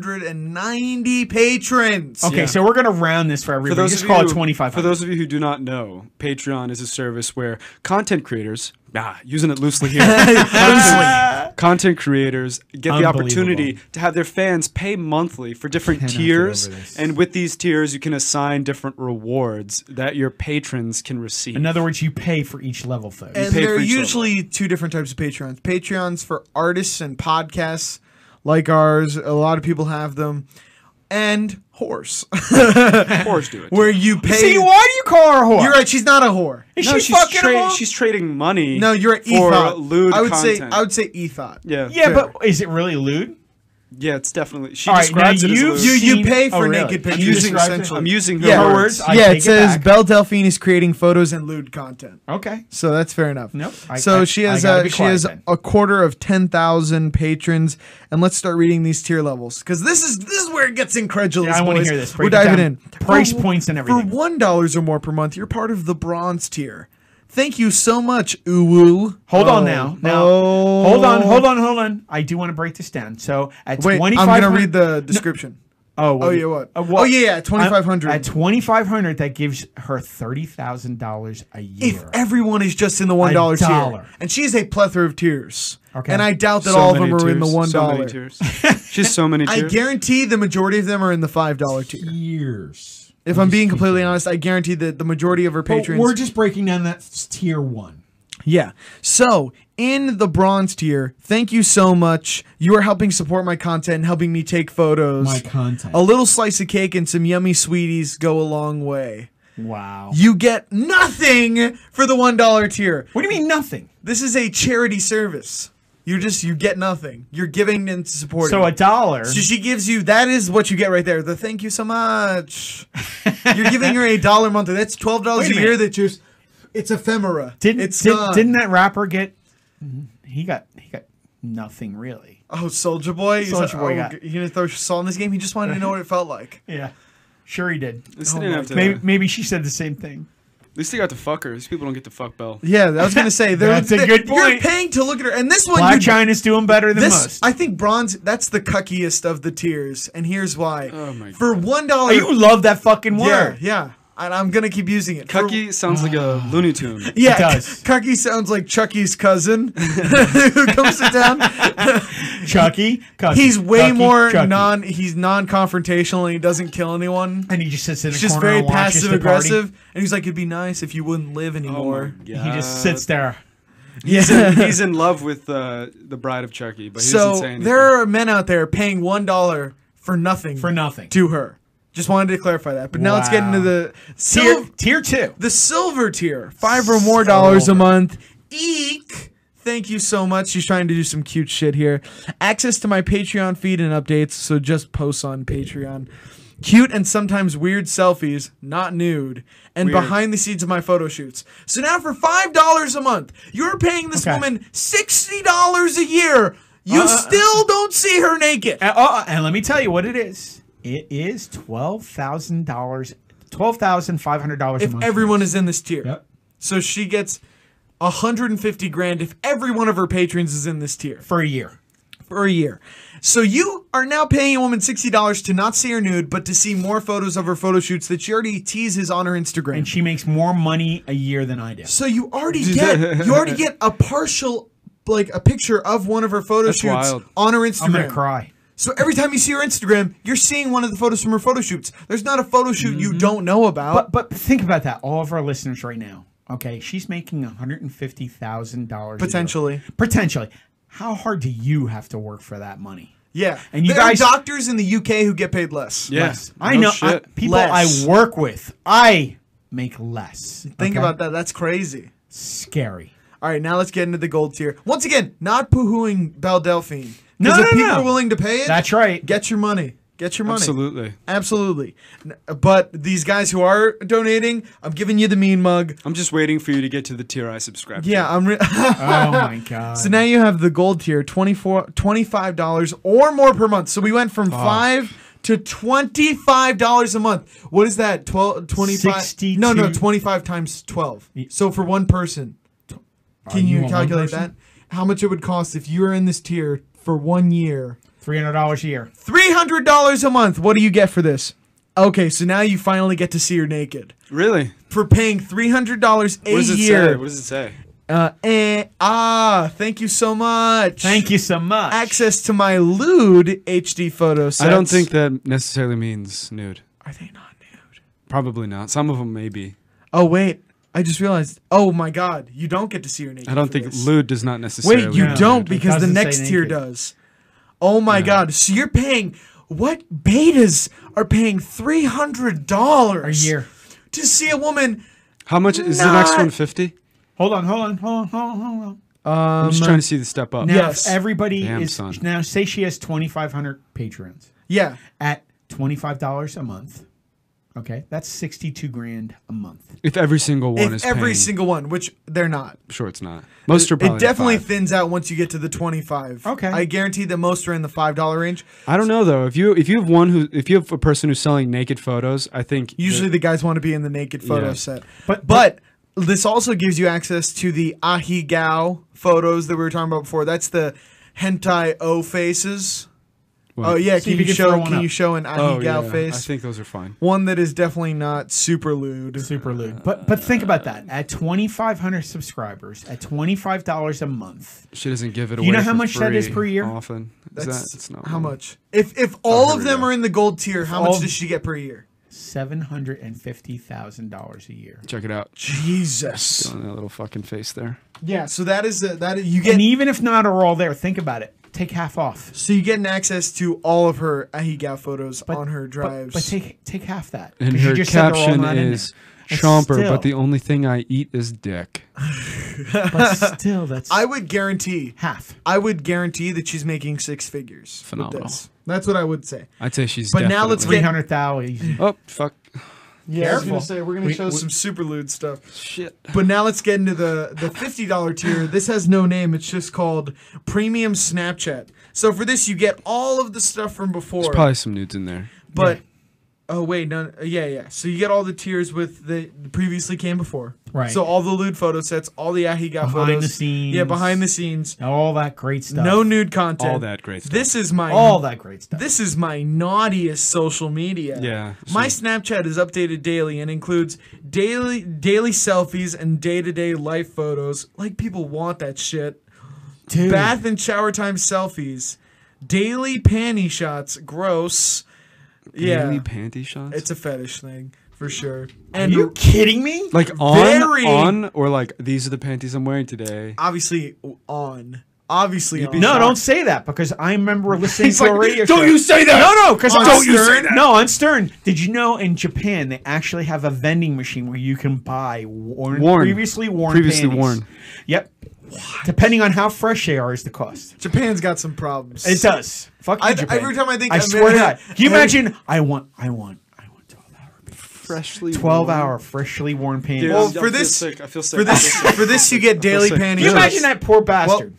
2,490 patrons. Okay, Yeah. so we're gonna round this for everybody. for those Just of call you, it 25. For those of you who do not know, Patreon is a service where content creators, nah, using it loosely here, content creators get the opportunity to have their fans pay monthly for different Cannot get over tiers, this. and with these tiers, you can assign different rewards that your patrons can receive. in other words, you pay for each level, folks. And pay there are for each usually two different types of Patreons. Patreons for artists and podcasts like ours. A lot of people have them. And horse. Whores do it. Where you pay. See, why do you call her a whore? You're right. She's not a whore. Is no, she she's, fucking tra- a whore? she's trading money. No, you're an for ethot. lewd I would say content. I would say ethot. yeah, yeah, Sure. but is it really lewd? yeah, it's definitely. She All right, now describes it as you've- lewd. You you Seen- pay oh, for really? naked I'm pictures using- essentially. I'm using her Yeah. Her words. words. I yeah, take it says back. Belle Delphine is creating photos and lewd content. Okay. So that's fair enough. Nope, I- so I- she I has gotta uh, be she quiet has then. a quarter of ten thousand patrons, and let's start reading these tier levels because this is this is where it gets incredulous. Yeah, I wanna boys. hear this. We're Break it diving down. in. Price points and everything. For one dollars or more per month, you're part of the bronze tier. Thank you so much, Uwu. Hold on Oh, now. Now, oh. hold on, hold on, hold on. I do want to break this down. So at Wait, I'm 25 gonna read the description. Oh, Oh, yeah, what? uh, Oh, yeah, yeah, 2,500. At 2500 that gives her $30,000 a year. If everyone is just in the one dollar tier, dollar. and she is a plethora of tiers, Okay. and I doubt that So all of them many are in the tiers, one so many dollar. tiers. She's so many I tiers. guarantee the majority of them are in the five dollar tier. years. If I'm being completely honest, I guarantee that the majority of her patrons. we're just breaking down that s- tier 1. yeah. So in the bronze tier, thank you so much. You are helping support my content and helping me take photos. My content. A little slice of cake and some yummy sweeties go a long way. Wow. You get nothing for the one dollar tier. what do you mean nothing? This is a charity service. You just you get nothing. You're giving and supporting. So a dollar. So she gives you that is what you get right there. The thank you so much. You're giving her a dollar monthly. That's twelve dollars a Wait a year. minute. That just it's ephemera. didn't it's did, gone. didn't that rapper get he got he got nothing really. oh Soldier Boy? He's Soulja Boy oh, got- You gonna throw salt in this game? He just wanted to know what it felt like. Yeah. Sure he did. At least Oh they didn't my have to. Maybe maybe she said the same thing. At least they got to fuck her. These people don't get to fuck Belle. Yeah, I was gonna say they're- That's a they- good You're point. paying to look at her, and this one Black you, China's doing better than This most. I think bronze. That's the cuckiest of the tiers, and here's why. Oh my For one dollar, you love that fucking yeah, word. yeah, and I'm gonna keep using it. For- Cucky sounds like uh, a Looney Tune. Yeah, It does. K- Cucky sounds like Chucky's cousin who comes to town. Chucky. Cucky, He's way Chucky, more Chucky. non. He's non-confrontational and he doesn't kill anyone. And he just sits in a He's just corner very and watches passive the party. aggressive. And he's like, "It'd be nice if you wouldn't Oh live anymore." God. He just sits there. He's in, he's in love with uh, the bride of Chucky, but he doesn't so say anything. there are men out there paying one dollar for nothing For nothing. to her. Just wanted to clarify that. But now let's get Wow. into the Tier, sil- tier two. the silver tier, five or more dollars a month. Eek! Thank you so much. She's trying to do some cute shit here. Access to my Patreon feed and updates, so just posts on Patreon. Cute and sometimes weird selfies, not nude, and Weird. behind the scenes of my photo shoots. So now for five dollars a month, you're paying this Okay. Uh, woman sixty dollars a year. You still don't see her naked. And, oh, and let me tell you what it is. It is twelve thousand dollars, twelve thousand five hundred dollars a if month. everyone is in this tier. Yep. So she gets 150 grand if every one of her patrons is in this tier for a year. for a year. So you are now paying a woman $60 to not see her nude, but to see more photos of her photo shoots that she already teases on her Instagram. And she makes more money a year than I do. so you already get you already get a partial like a picture of one of her photo That's shoots wild. on her Instagram. I'm gonna cry. So every time you see her Instagram, you're seeing one of the photos Mm-hmm. from her photo shoots. There's not a photo shoot you don't know about. But but think about that. All of our listeners right now Okay, she's making one hundred and fifty thousand dollars Potentially. Potentially, how hard do you have to work for that money? Yeah. And you there guys- are doctors in the UK who get paid less. Yes, I know I- people Less. I work with. I make less. Think okay? about that. That's crazy. Scary. All right, now let's get into the gold tier. Once again, not poo-hooing Belle Delphine. No, if no, people no. are willing to pay it, That's right. get your money. Get your money. absolutely. Absolutely. N- But these guys who are donating, I'm giving you the mean mug. I'm just waiting for you to get to the tier I subscribe. to. Yeah, I'm re- oh my god. So now you have the gold tier, 24 $25 or more per month. So we went from 5 to $25 a month. What is that? 12 25 No, no, 62 25 times 12. So for one person, can you you, want one calculate person? that? How much it would cost if you were in this tier for 1 year? three hundred dollars a year. $300 a month. What do you get for this? Okay, so now you finally get to see her naked. really. For paying $300 a What does it year. say? What does it say? Uh, eh, ah, thank you so much. Thank you so much. Access to my lewd HD photo sets. I don't think that necessarily means nude. Are they not nude? Probably not. Some of them may be. Oh wait, I just realized. Oh my god, you don't get to see her naked. I don't for think this. lewd does not necessarily. Wait, you mean don't nude. It because the doesn't say next tier naked. does. Oh my god, so you're paying what betas are paying three hundred a dollars year. to see a woman? How much is the next Not- one? Fifty. Hold on, hold on, hold on, hold on, hold on. I'm just trying to see the step up. Now, Yes. if everybody Damn, is son. now say she has twenty five hundred patrons Yeah, at twenty five dollars a month. Okay, that's sixty two grand a month. If every single one if is every paying, single one, which they're not. I'm sure it's not. Most are probably. it definitely Five. thins out once you get to the 25 Okay. i guarantee that most are in the $5 range I don't know though. If you if you have one who if you have a person who's selling naked photos, I think usually the guys want to be in the naked photo Yeah. set but, But- but- but this also gives you access to the ahi gao photos that we were talking about before that's the hentai o faces What? oh yeah See if can you you, can throw show one can up. you show an ahi oh, gao yeah, I face think those are fine. one that is definitely not super lewd Super lewd. But but think about that. At twenty five hundred subscribers, at twenty five dollars a month. She doesn't give it away. You know how for much that is free per year? Often is that's, that, it's not how really- much if if all here of we them go. are in the gold tier how all- much does she get per year Seven hundred and fifty thousand dollars a year. Check it out. jesus On that little fucking face there. yeah so that is a, that is, you get And even if not are all there, think about it. Take half off. So you get an access to all of her Ahigao photos But- on her but- drives. But, take take half that. And 'Cause you her just said they're all caption not in is there. "Chomper, still- but the only thing I eat is dick." there. But still, that's I would guarantee, half. I would guarantee that she's making six figures. with Phenomenal. this. That's what I would say. I'd say she's. But now let's Three definitely- get- hundred thousand. Oh fuck! Yeah, I was gonna Careful. say we're gonna We- show we- some super lewd stuff. Shit. But now let's get into the the fifty dollar tier. This has no name. It's just called Premium Snapchat. So for this, you get all of the stuff from before. There's probably some nudes in there. but oh wait, no, yeah, yeah. So you get all the tiers with the previously came before. Right. So all the lewd photo sets, all the Ahigao photos, Behind the Yeah, scenes. behind the scenes. All that great stuff. No nude content. All that great stuff. This is my all that great stuff. This is my naughtiest social media. Yeah, My so- Snapchat is updated daily and includes daily daily selfies and day-to-day life photos. Like people want that shit. Dude, Bath and shower time selfies. Daily panty shots. Gross. Yeah. Daily panty shots. It's a fetish thing for sure. are And you kidding me? like on very- on or like these are the panties I'm wearing today. obviously on. Obviously on. No, don't say that because I remember listening He's to a like, radio "Don't show." you say that!" No, no, because On don't you say Stern? that. No, on Stern. Did you know in Japan they actually have a vending machine where you can buy worn, Worn. previously worn, Previously panties? worn. Yep. Depending on how fresh they are, is the cost. Japan's got some problems. It does. Fuck you, I- Japan. every time I think I I'm swear to in- God. Can you every- imagine? I want. I want. I want twelve hour. Freshly Twelve hour freshly worn panties. Well, I for feel this- sick. I feel sick. for this for this you get daily sick. panty Can you Yes. imagine that poor bastard?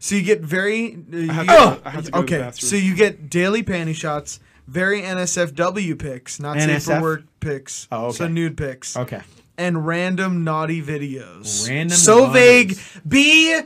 So you get very uh, you- have to Oh, go- I have to go to the okay. bathroom. So you get daily panty shots, very NSFW pics, not safe NSF? for work pics. Oh, okay. So nude pics. okay. And random naughty videos. Random So naughties. vague. Be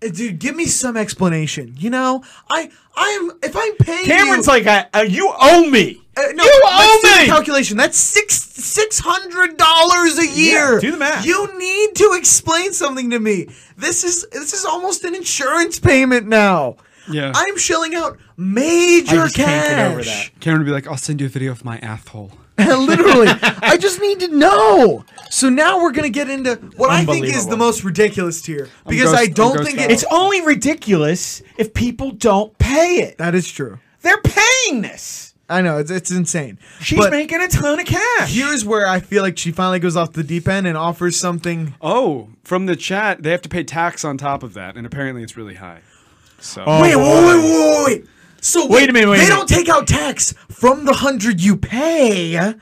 dude, give me some explanation. You know, I I'm if I'm paying Cameron's you, like, I, uh, you owe me. Uh, no, you owe let's do me. the calculation. That's six six hundred dollars a year. do the math. You need to explain something to me. This is this is almost an insurance payment now. Yeah. I'm shelling out major I just cash. can't get over that. Karen would be like, "I'll send you a video of my asshole." Literally, I just need to know. So now we're gonna get into what I think is the Unbelievable. most ridiculous tier because grossed- I I'm grossed don't think out. it, It's only ridiculous if people don't pay it. that is true. They're paying this. I know it's it's insane. She's but making a ton of cash. here's where I feel like she finally goes off the deep end and offers something. Oh, from the chat, they have to pay tax on top of that, and apparently it's really high. So Wait, wait, wait, wait, wait. So Oh, Wait a minute, wait a they minute. don't take out tax from the hundred you pay.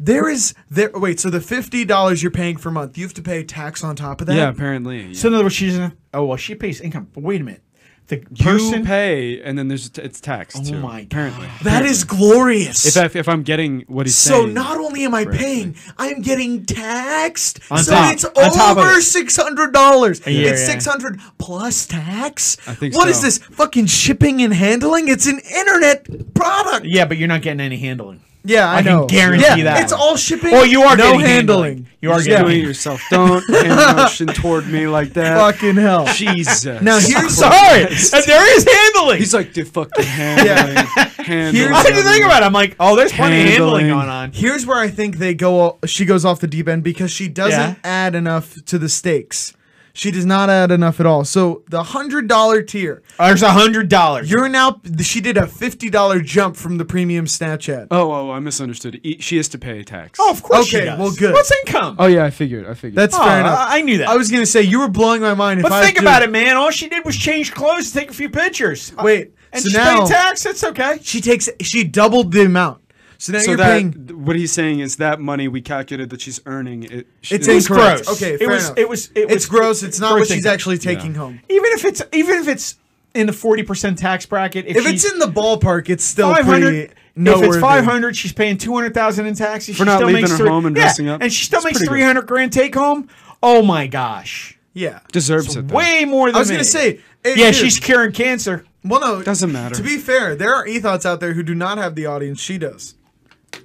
There is there. Wait, so the fifty dollars you're paying per month, you have to pay tax on top of that. yeah, apparently. So in other words, she doesn't. Oh well, she pays income. But wait a minute, the you person. pay, and then there's it's tax. Oh too, my Apparently, that is glorious. If, I, if I'm getting what he's So saying, not only am I correctly. paying, I'm getting taxed. On so top- it's on top of over it. six hundred dollars. A year, It's yeah. six hundred plus tax. I think What is so. this fucking shipping and handling? It's an internet product. yeah, but you're not getting any handling. Yeah, I can guarantee yeah, that. It's all shipping. Well, you are no getting handling. You are Just doing it getting. yourself. Don't hand motion toward me like that. Fucking hell. Jesus. Now here's Sorry, and there is handling. he's like the fucking handling. handling. Here's- I didn't think about it. I'm like, oh, there's plenty of handling Handling. going on. here's where I think they go. She goes off the deep end because she doesn't Yeah. add enough to the stakes. She does not add enough at all. So the hundred dollar tier. There's a hundred dollars. You're now. She did a fifty dollar jump from the premium Snapchat. Oh, oh, I misunderstood. E- She has to pay tax. Oh, of course she Okay, does. well, good. What's income? Oh, yeah, I figured. I figured. That's Oh, fair enough. I, I knew that. I was gonna say you were blowing my mind. If but I think about it, man. All she did was change clothes, take a few pictures. Wait, and Uh, so she's now paying tax. That's okay. she takes she doubled the amount. So now so you're that paying. th- what he's saying is that money we calculated that she's earning it. she- It's It was incorrect. gross. Okay, It fair was- enough. it was- it it's was- gross. it- it's not what gross she's income. actually taking home. Even if it's even if it's in the forty percent tax bracket, if, If she- it's in the ballpark, it's still five pretty hundred. noteworthy. If it's five hundred, she's paying two hundred thousand in taxes. For she not still leaving makes her three- home and yeah, dressing up. and she still It's makes pretty good. three hundred grand take home. Oh my gosh, yeah. deserves it. Though. way more than I was me. gonna say, eh, yeah, dude, she's curing cancer. well, no, Doesn't matter. To be fair, there are ethots out there who do not have the audience she does.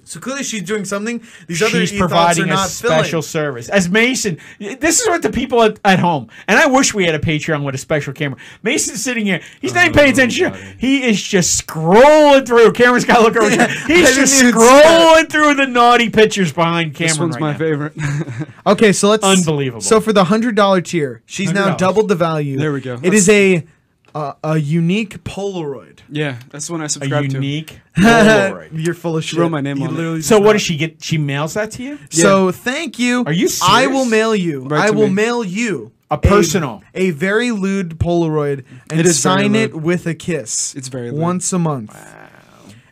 So clearly, she's doing something. These other She's ethots providing are a not special filling. service. As Mason, this is what the people at, at home, and I wish we had a Patreon with a special camera. Mason's sitting here. He's not even paying attention. Oh, buddy. He is just scrolling through. Camera's got to look over. his shoulder. He's didn't just even see that. scrolling through the naughty pictures behind camera. This one's right my now. favorite. Okay, so let's Unbelievable. So for the hundred dollar tier, she's now $100. doubled the value. There we go. It is a uh, a unique Polaroid. yeah, that's the one I A subscribe to. unique. Polaroid. You're full of shit. wrote my name on You it. literally so just- what does she get? She mails that to you. So thank you. Are you I serious? will mail you. Write I to will me. mail you A personal. a, very lewd Polaroid, and It is very sign it lewd. with a kiss. It's very lewd. once a month.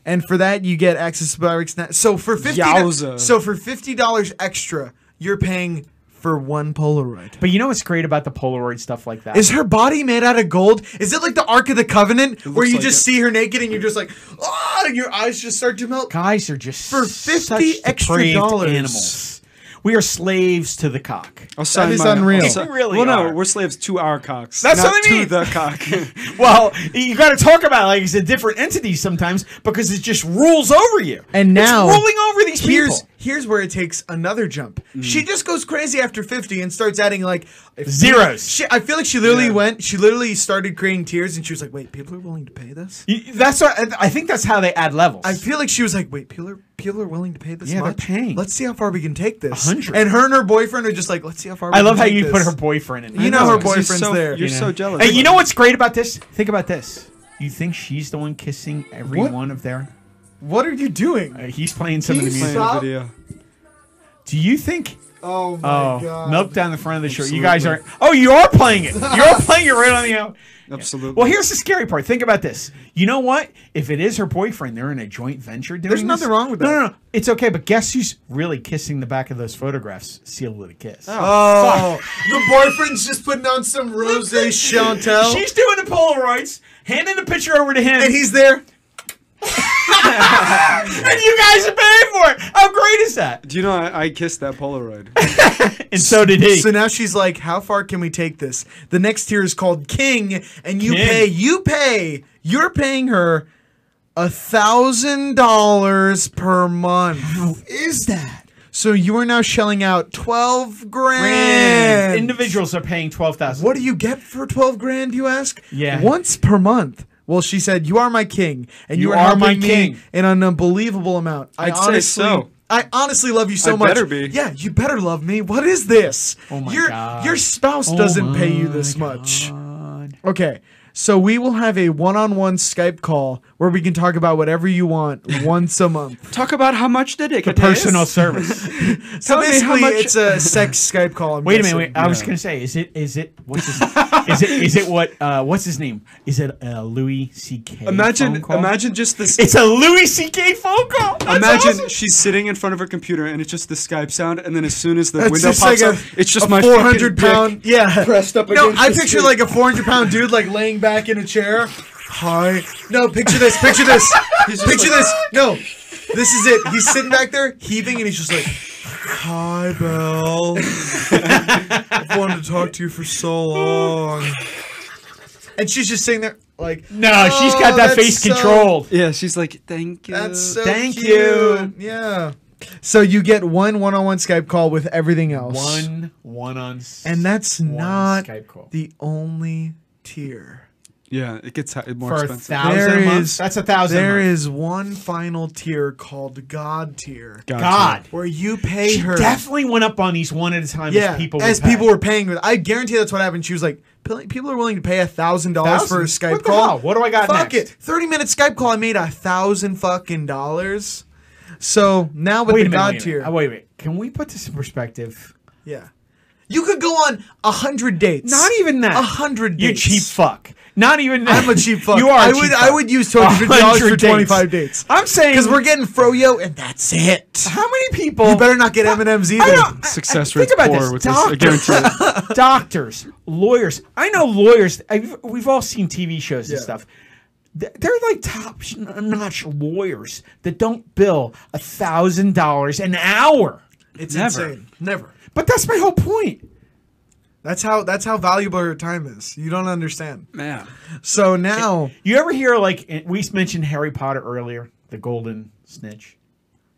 And for that, you get access to Byrix. Net. So for fifty, Yowza. so for fifty dollars extra, you're paying for one Polaroid. But you know what's great about the Polaroid stuff like that? Is her body made out of gold? Is it like the Ark of the Covenant, where looks you like just it. see her naked and you're just like, ah, and your eyes just start to melt? guys are just For such 50 extra depraved dollars. Animals. We are slaves to the cock. I'll sign is my, I'll unreal. si- We really well, are. no, we're slaves to our cocks. That's not what I mean. To the cock. Well, you got to talk about it like it's a different entity sometimes because it just rules over you. And now, it's ruling over these Here's people. Mm. here's where it takes another jump. She just goes crazy after 50 and starts adding like if- Zeros. She, I feel like she literally Yeah. went. She literally started creating tears, and she was like, "Wait, people are willing to pay this." You- That's what I think. That's how they add levels. I feel like she was like, "Wait, people are people are willing to pay this Yeah, they're much? paying. Let's see how far we can take this." 100. And her and her boyfriend are just like, "Let's see how far." we I can love how take you put this." her boyfriend in. You there. know her Because you're boyfriend's so- there. You're You know? so jealous. Hey, you know what's great about this? Think about this. You think she's the one kissing every What? one of their? What are you doing? Uh, he's playing some of the He's music. Playing a Stop. video. Do you think? Oh my Oh, god! milk down the front of the shirt. Absolutely. You guys aren't. Oh, you are playing it. You're playing it right on the out. Absolutely. Well, here's the scary part. Think about this. You know what? If it is her boyfriend, they're in a joint venture. Doing There's this. nothing wrong with No, that. no, no. It's okay. But guess who's really kissing the back of those photographs sealed with a kiss? Oh, the boyfriend's just putting on some rose chantel, She's doing the Polaroids, handing the picture over to him, and he's there. and you guys are paying for it. How great is that? Do you know I, I kissed that Polaroid? And so did he. So now she's like, "How far can we take this?" The next tier is called King, and you King. pay. You pay. You're paying her a thousand dollars per month. How is that? So you are now shelling out twelve grand. Individuals are paying twelve thousand. What do you get for twelve grand? You ask. Yeah. Once per month. Well, she said, "You are my king, and you, You are, are my helping me king." in an unbelievable amount." I I'd say honestly, so. I honestly love you so I much. better be. Yeah, you better love me. What is this? Oh my your, God. Your spouse Oh doesn't pay you my this much. God. Okay. So we will have a one-on-one Skype call where we can talk about whatever you want once a month. Talk about how much did it The personal service. Tell So me how basically, much- it's a sex Skype call. I'm Wait a minute. guessing. Wait, I was gonna say, is it is it what's his is it is it what uh, what's his name? Is it uh, Louis C.K. phone Imagine, call? imagine just this. it's a Louis C.K. phone call. That's Imagine awesome. she's sitting in front of her computer and it's just the Skype sound, and then as soon as the That's window just pops like a- up, it's just a my 400 400 pound yeah pressed up No, against I the picture street. like a 400 pound dude like laying back in a chair. Hi. No, picture this. Picture this. He's just picture like- this. No, this is it. He's sitting back there heaving, and he's just like, "Hi, Belle. I've wanted to talk to you for so long." And she's just sitting there like, no, she's got "Oh, that that's face so- controlled. Yeah, she's like, thank you. That's so thank cute. you. Yeah. So you get one one-on-one Skype call with everything else. One one on s- And that's one not Skype call. the only tier. Yeah, it gets hi- more for a expensive. thousand There a month. is- That's a thousand. There a month. is one final tier called God tier, Gotcha. God. where you pay She her. definitely went up on these one at a time yeah, as people were as paying. people were paying. With, I guarantee that's what happened. She was like, "Pe- "People are willing to pay a thousand dollars for a Thousand? Skype What the call. hell? What do I got Fuck next? it. Thirty minute Skype call. I made a thousand fucking dollars. So now with Wait the a minute. God wait, a tier, minute. Oh, wait, wait. Can we put this in perspective? yeah, you could go on a hundred dates. Not even that. A hundred You dates. cheap fuck. Not even that. I'm a cheap fuck. you are. a I cheap would. fuck. I would use two hundred fifty dollars for 100 dates. twenty five dates. I'm saying Because we're getting froyo, and that's it. how many people? You better not get M and M's either. I don't, Success I, I, rate's think about poor this. with Doctors, this. I guarantee it. doctors, lawyers. I know lawyers. I've, we've all seen TV shows and Yeah. stuff. Th- They're like top sh- notch lawyers that don't bill a thousand dollars an hour. It's Never. insane. Never. But that's my whole point. That's how that's how valuable her time is. You don't understand. Man. So now You ever hear like eh, we mentioned Harry Potter earlier, the Golden Snitch?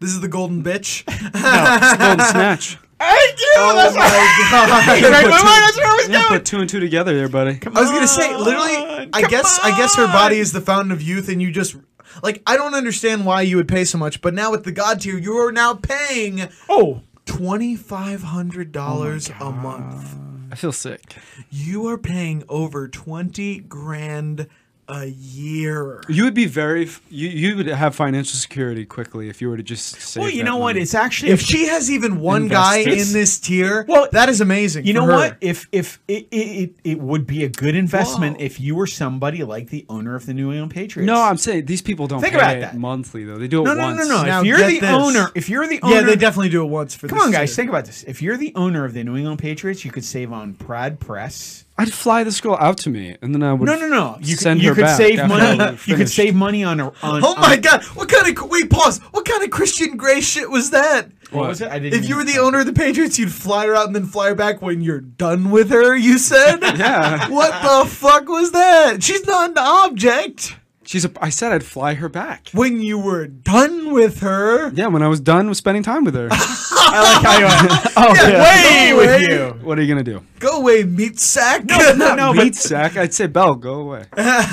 this is the golden bitch. It's a golden snatch. Thank you. Oh that's I right, but that's where I was Yeah, going. put two and two together there, buddy. was gonna say, literally, on, I come guess I guess her on. body is the fountain of youth, and you just like I don't understand why you would pay so much, but now with the god tier, you are now paying Oh, twenty five hundred dollars a month. I feel sick. You are paying over twenty grand a year. You would be very. f- You you would have financial security quickly if you were to just. Save well, you that know what? money. It's actually If she has even one guy Invest this. in this tier, Well, that is amazing. You for know her. what? If if it, it, it, it would be a good investment Whoa. if you were somebody like the owner of the New England Patriots. No, I'm saying these people don't Think pay about it that. monthly though. They do it no, no, once. no, no. Now if you're get the this. owner, if you're the owner, Yeah, they definitely do it once for come this. on, guys, tier. think about this. If you're the owner of the New England Patriots, you could save on Prad Press. I'd fly this girl out to me, and then I would. No, no, no. You send could, you her could back save after money. I You could finished. save money on a. On, Oh my on- god! What kind of wait? Pause. What kind of Christian Grey shit was that? What was it? I didn't. If you were even- the owner of the Patriots, you'd fly her out and then fly her back when you're done with her. You said, Yeah. What the fuck was that? She's not an object. She's. A, I said I'd fly her back. When you were done with her, Yeah, when I was done with spending time with her. I like how you went. Oh, Yeah, way no way. with you. what are you gonna do? go away, meat sack. No, no, no. Meat But, sack. I'd say Belle, go away.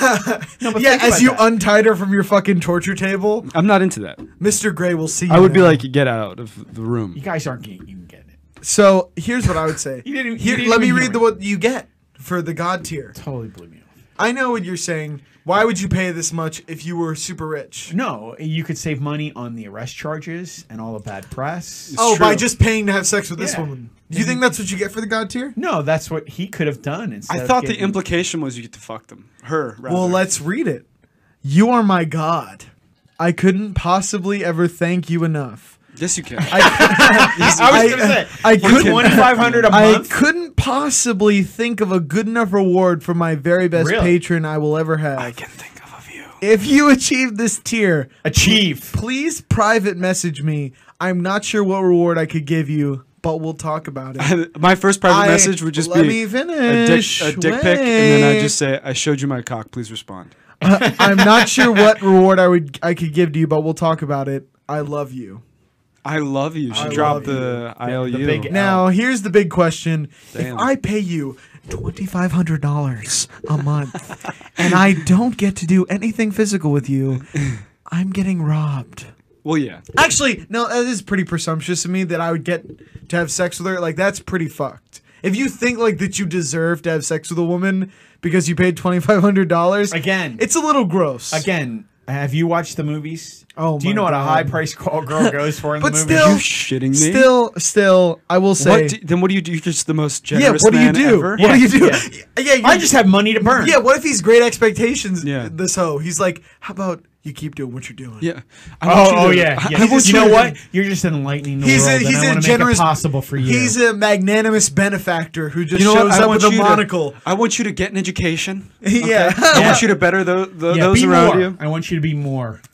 no, but Yeah, think as about you that. untied her from your fucking torture table, I'm not into that. Mr. Grey will see you. I would be now. like, get out of the you room. guys aren't getting. You can get it. so here's what I would say. You didn't- you Here, didn't let me even hear read the me. what you get for the god tier. Totally blew me off. I know what you're saying. Why would you pay this much if you were super rich? No, you could save money on the arrest charges and all the bad press. oh, by true. just paying to have sex with this Yeah. woman. Do you think that's what you get for the god tier? No, that's what he could have done. Instead I of thought the getting- implication was you get to fuck them. Her. Rather. Well, let's read it. You are my god. I couldn't possibly ever thank you enough. Yes, you can. I was going to say, I for couldn't- $2,500 a I month. couldn't possibly think of a good enough reward for my very best Really? patron I will ever have. can think of a few. if you achieve this tier, achieve. please private message me. I'm not sure what reward I could give you, but we'll talk about it. My first private I- message would just let be me a dick, finish. a dick pic, and then I Wait. just say, "I showed you my cock. Please respond." I'm not sure what reward I would I could give to you, but we'll talk about it. I love you. I love you. She I dropped love the ILU. big- Now, here's the big question. Damn. If I pay you $2500 a month and I don't get to do anything physical with you, I'm getting robbed. Well, yeah. Actually, no, that is pretty presumptuous of me that I would get to have sex with her. Like that's pretty fucked. If you think like that you deserve to have sex with a woman because you paid twenty five hundred dollars Again. it's a little gross. Again, have you watched the movies? Oh do you my know what a God. high price call girl goes for in But the movies? still- you shitting me? Still, still, I will say, What do, then what do you do? You're just the most yeah. generous What do you man do? ever? What do you do? Yeah, Yeah, yeah you're I just have money to burn. Yeah, what if he's great expectations? Yeah. This hoe, he's like, how about you keep doing what you're doing? Yeah. I want Oh, oh you to- yeah. I- yeah. I want you know to- what? You're just enlightening the He's a world. he's and I a wanna generous make it possible for you. He's a magnanimous benefactor who just You know shows what? I up want with a you to- monocle. I want you to get an education. yeah. I Yeah. want you to better tho- tho- yeah, those be around more. you. I want you to be more.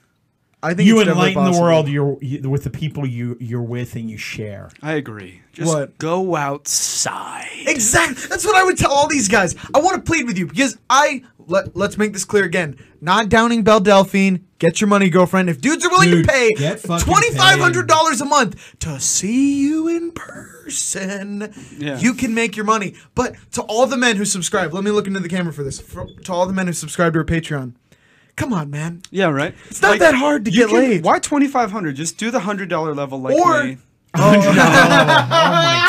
I think You it's definitely enlighten the possible. world. You're you, with the people you you're with and you share. I agree. Just What? go outside. Exactly. That's what I would tell all these guys. I want to plead with you because I let, let's make this clear again. Not downing Belle Delphine. Get your money, girlfriend. If dudes are willing Dude, to pay get fucking twenty five hundred dollars a month to see you in person, Yeah. you can make your money. But to all the men who subscribe, let me look into the camera for this. For, to all the men who subscribe to our Patreon, come on, man. Yeah, right. It's not that hard to get laid. Why twenty five hundred? Just do the hundred dollar level like Or- me. Oh my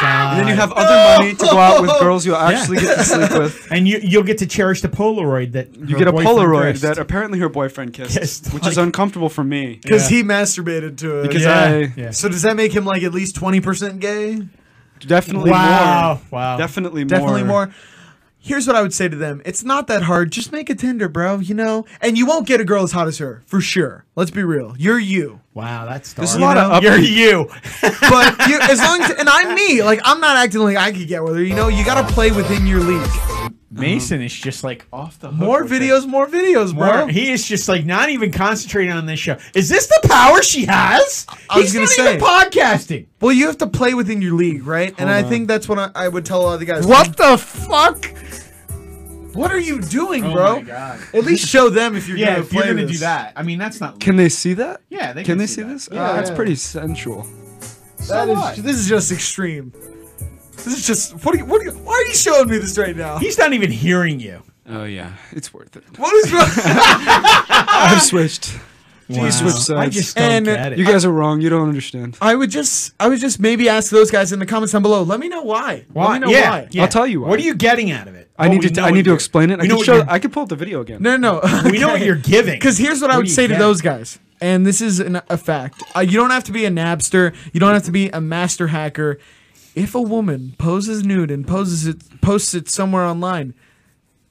god! And then you have other money to go out with girls you actually get to sleep with. and you you'll get to cherish the Polaroid that You get a Polaroid that apparently her boyfriend kissed, Kissed, which like- is uncomfortable for me. Because Yeah. he masturbated to it. Because Yeah. I Yeah. So does that make him like at least twenty percent gay? definitely wow more. wow Definitely more. Definitely more. Here's what I would say to them. It's not that hard. Just make a Tinder, bro, you know? And you won't get a girl as hot as her, for sure. Let's be real. You're you. wow that's There's a lot dark. You of know? up- You're you. But you, as long as, and I'm me. Like, I'm not acting like I could get with her, you know? You gotta play within your league. Mason is just like off the hook. More with it. videos, more videos, More- bro. He is just like not even concentrating on this show. Is this the power she has? I was He's not gonna even podcasting. Well, you have to play within your league, right? and I think that's what I, I would tell a lot of the guys. the fuck, What are you doing, bro? Oh god! At least show them if you're Yeah, gonna if you're play gonna this. do that, I mean that's not. Can they see that? yeah, they Can, can, they see, this? Yeah, Uh, that's yeah. pretty sensual. That So is- what? this is just extreme. This is just what? Are you, what? Are you, why are you showing me this right now? He's not even hearing you. Oh yeah, it's worth it. What is wrong? I've switched. Wow. switched I sides. just don't And get it. You guys are wrong. You don't understand. I would just, I would just maybe ask those guys in the comments down below. Let me know why. Let me know yeah, why. yeah. I'll tell you why. What are you getting out of it? I Well, need Oh, to. we t- know I what need to you're- explain it. we I can know what show. you're- I can pull up the video again. No, no, We know what you're giving. Because here's what, I What would do you say to get? those guys, and this is an, a fact. Uh, you don't have to be a Napster. You don't have to be a master hacker. If a woman poses nude and poses it, posts it somewhere online,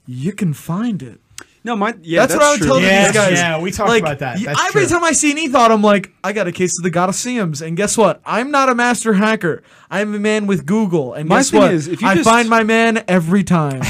you can find it. No, my yeah. that's, what I would true. tell Yes, these guys. yeah, we talked Like, about that. y- That's every true. time I see an ethot, I'm like, I got a case of the God of Seams. And guess what? I'm not a master hacker. I'm a man with Google. And My guess thing what? is, if you I just- find my man every time.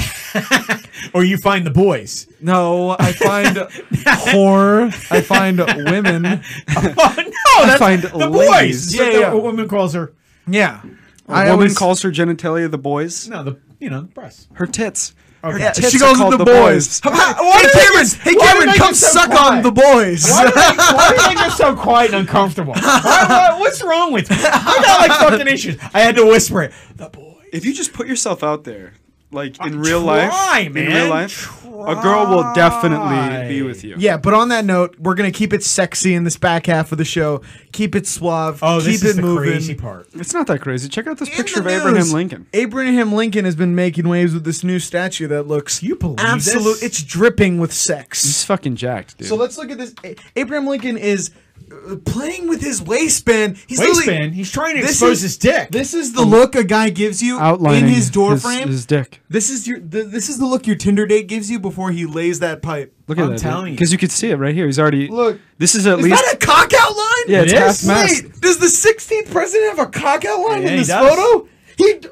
or you find the boys. no, I find whore. I find women. oh no, that's find the ladies. boys. Yeah, Yeah, the, yeah. A woman calls her. Yeah. A woman calls her genitalia the boys. No, the you know the breasts. Her tits. Her Okay. tits She are goes called with the, boys. How about- Hey, did I Cameron, get- hey, why did Cameron, I get come so suck on quiet? the boys. Why did, I, why did I get so quiet and uncomfortable? Why, why- what's wrong with me? I got like fucking issues. I had to whisper it. The boy. If you just put yourself out there, like in Uh, real try, life, in man, real life, a girl will definitely be Try. with you. Yeah, but on that note, we're gonna keep it sexy in this back half of the show. Keep it suave. Oh, keep this it is the moving. crazy part. It's not that crazy. Check out this In picture of the Abraham news, Lincoln. Abraham Lincoln has been making waves with this new statue that looks You believe absolute. this? It's dripping with He's sex. fucking jacked, dude. So let's look at this. A- Abraham Lincoln is uh, playing with his waistband. He's literally- Waistband. He's trying to This expose is- his dick. This is the look a guy gives you outlining in his door frame. his dick. this is your. th- this is the look your Tinder date gives you before he lays that pipe. Look at I'm that, telling you. because you could see it right here. He's already Look. This is at Is least that a cock outline? yeah, it's It half is? mast. Wait, does the 16th president have a cock outline Yeah, in he this does. photo? He. d-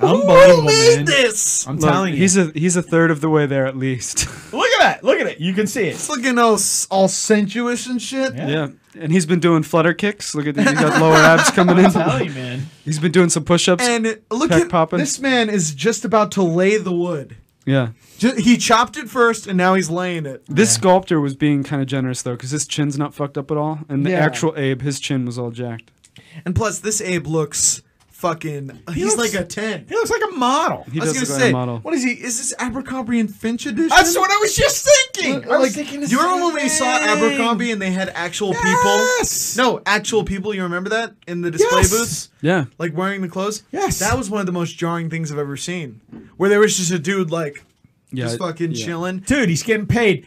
Unbelievable, Who made man. this? I'm Look, telling you. he's a he's a third of the way there at least. look at that. Look at it. You can see it. It's looking all, all sensuous and shit. Yeah. yeah, and he's been doing flutter kicks. Look at that, he's got lower abs coming I'm in. telling you, man. He's been doing some push-ups. And look Peck at poppin'. this man is just about to lay the wood. yeah, Ju- he chopped it first, and now he's laying it. this sculptor was being kind of generous though, because his chin's not fucked up at all, and the Yeah. actual Abe, his chin was all jacked. And plus, this Abe looks fucking. uh, He he's looks- like a ten. He looks like a model. He I was does look gonna like a say, model. what is he? Is this Abercrombie and Finch edition? That's what I was just thinking. I like, was thinking the you remember same when we saw thing. Abercrombie and they had actual Yes! people? No, actual people. You remember that in the display Yes! booths, Yeah. like wearing the clothes. Yes. that was one of the most jarring things I've ever seen. Where there was just a dude like Yeah. just fucking yeah. chilling, Dude, he's getting paid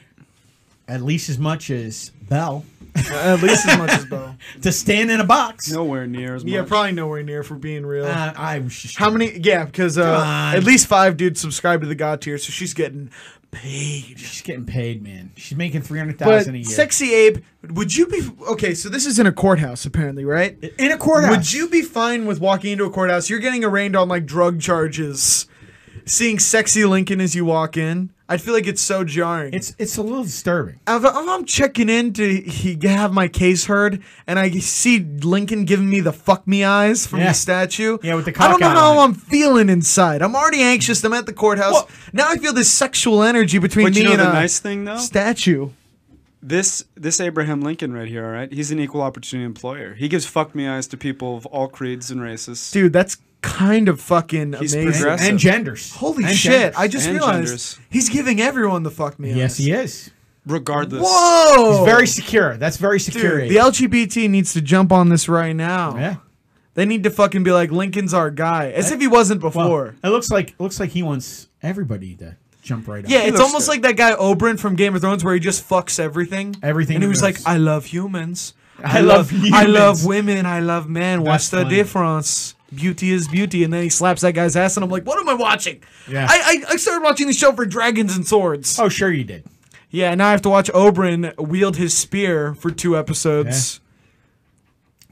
at least as much as Bell at least as much as Bo. to stand in a box. Nowhere near as much. Yeah, probably nowhere near. For being real. Uh, I was just How many? Yeah, because uh, on. at least five dudes subscribe to the God tier, so she's getting paid. She's getting paid, man. She's making three hundred But thousand a year. sexy Abe, would you be okay? So this is in a courthouse, apparently, right? in a courthouse. Would you be fine with walking into a courthouse? You're getting arraigned on like drug charges. Seeing sexy Lincoln as you walk in, I feel like it's so jarring. It's it's a little disturbing. if, if I'm checking in to he, have my case heard, and I see Lincoln giving me the fuck me eyes from Yeah. the statue. Yeah, with the I don't cock know eye how line. I'm feeling inside. I'm already anxious. I'm at the courthouse. Well- now I feel this sexual energy between But me you know and the a nice thing though? statue. this this Abraham Lincoln right here, all right? He's an equal opportunity employer. He gives fuck me eyes to people of all creeds and races. Dude, that's kind of fucking He's amazing. progressive. And genders. Holy And shit! genders. I just And realized genders. he's giving everyone the fuck me eyes. yes, he is. Regardless. Whoa! He's very secure. That's very secure. Oh. Dude, the LGBT needs to jump on this right now. yeah. They need to fucking be like Lincoln's our guy, as if he wasn't Well, before. it looks like it looks like he wants everybody to jump right up. Yeah, it's looks almost good. like that guy Oberyn from Game of Thrones where he just fucks everything. Everything And he he was does. like, I love humans. I love I love humans." women. I love men. That's What's the funny. difference? Beauty is beauty. And then he slaps that guy's ass, and I'm like, what am I watching? Yeah. I, I, I started watching the show for dragons and swords. Oh, sure you did. Yeah, now I have to watch Oberyn wield his spear for two episodes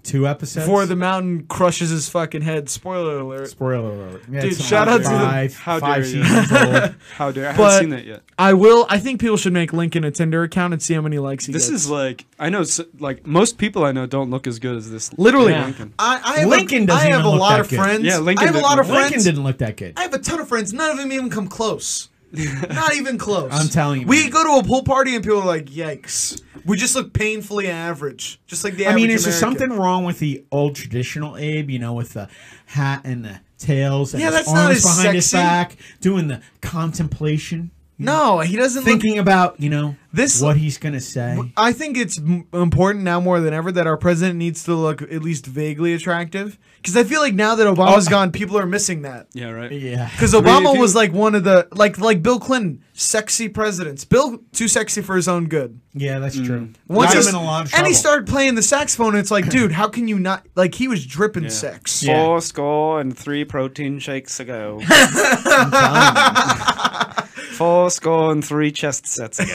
Two episodes. before the mountain crushes his fucking head. Spoiler alert. spoiler alert. Yeah, Dude, it's on shout out to the- five, How five dare you. seasons old. How dare I But- haven't seen that yet. I will. I think people should make Lincoln a Tinder account and see how many likes he This gets. is like I know s- like most people I know don't look as good as this literally. Abe Lincoln. I, I have Lincoln a, I doesn't have even a look lot that of good. friends. Yeah, Lincoln I have a didn't lot of look- friends. Lincoln didn't look that good. I have a ton of friends. None of them even come close. Not even close. I'm telling you, We man. go to a pool party and people are like, "Yikes!" We just look painfully average, just like the. I mean, average is there American. something wrong with the old traditional Abe? You know, with the hat and the tails and Yeah, his that's not as arms behind his sexy. back, doing the contemplation, No, he doesn't look. thinking about you know This- what he's gonna say. I think it's m- important now more than ever that our president needs to look at least vaguely attractive. Because I feel like now that Oh. Obama's gone, people are missing that. Yeah, right. Yeah, Because Really, Obama if you- was like one of the like like Bill Clinton, sexy presidents. Bill too sexy for his own good. yeah, that's true. Mm. Once Got he's- him in a lot of trouble. and he started playing the saxophone. And it's like, dude, how can you not? Like he was dripping Yeah. sex. Yeah. Four score and three protein shakes ago. I'm telling you, Four score and three chest sets ago.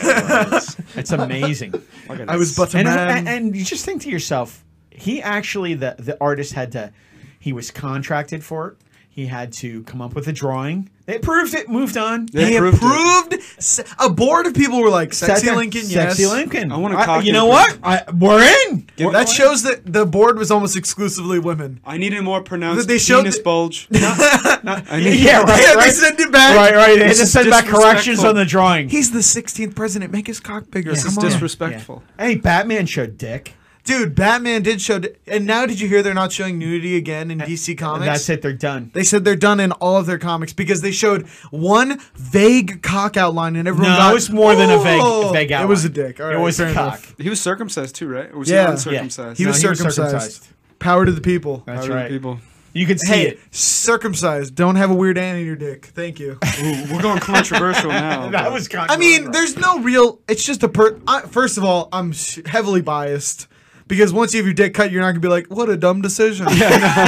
it's amazing. Look at I was this. but a and, man. and and you just think to yourself, he actually the the artist had to, he was contracted for it. He had to come up with a drawing. They approved it, moved on. They he approved it. approved. se- A board of people were like, "Sexy Sexy- Lincoln, yes." Sexy Lincoln. I want a cock You know what? imprint. I, we're in. Give- That shows that the board was almost exclusively women. I need a more pronounced They showed penis the- bulge. Not- not- I need yeah, yeah, right, they right, sent it back. right, right. They This just is sent back corrections disrespectful. on the drawing. He's the 16th president. Make his cock bigger. This Come is on. disrespectful. Yeah. Hey, Batman showed dick. Dude, Batman did show. And now, did you hear they're not showing nudity again in DC Comics? That's it. They're done. They said they're done in all of their comics because they showed one vague cock outline and everyone No, got it was more than a vague- Oh! vague outline. It was a dick. All it right, was fair a cock. enough. He was circumcised too, right? Or was Yeah. he uncircumcised? He, No, was he was circumcised. circumcised. Power to the people. That's How do right. People. You can see hey, it. circumcised. Don't have a weird ant in your dick. Thank you. Ooh, we're going controversial now. That was. I mean, there's no real. It's just a per. I, first of all, I'm sh- heavily biased because once you have your dick cut, you're not gonna be like, "What a dumb decision."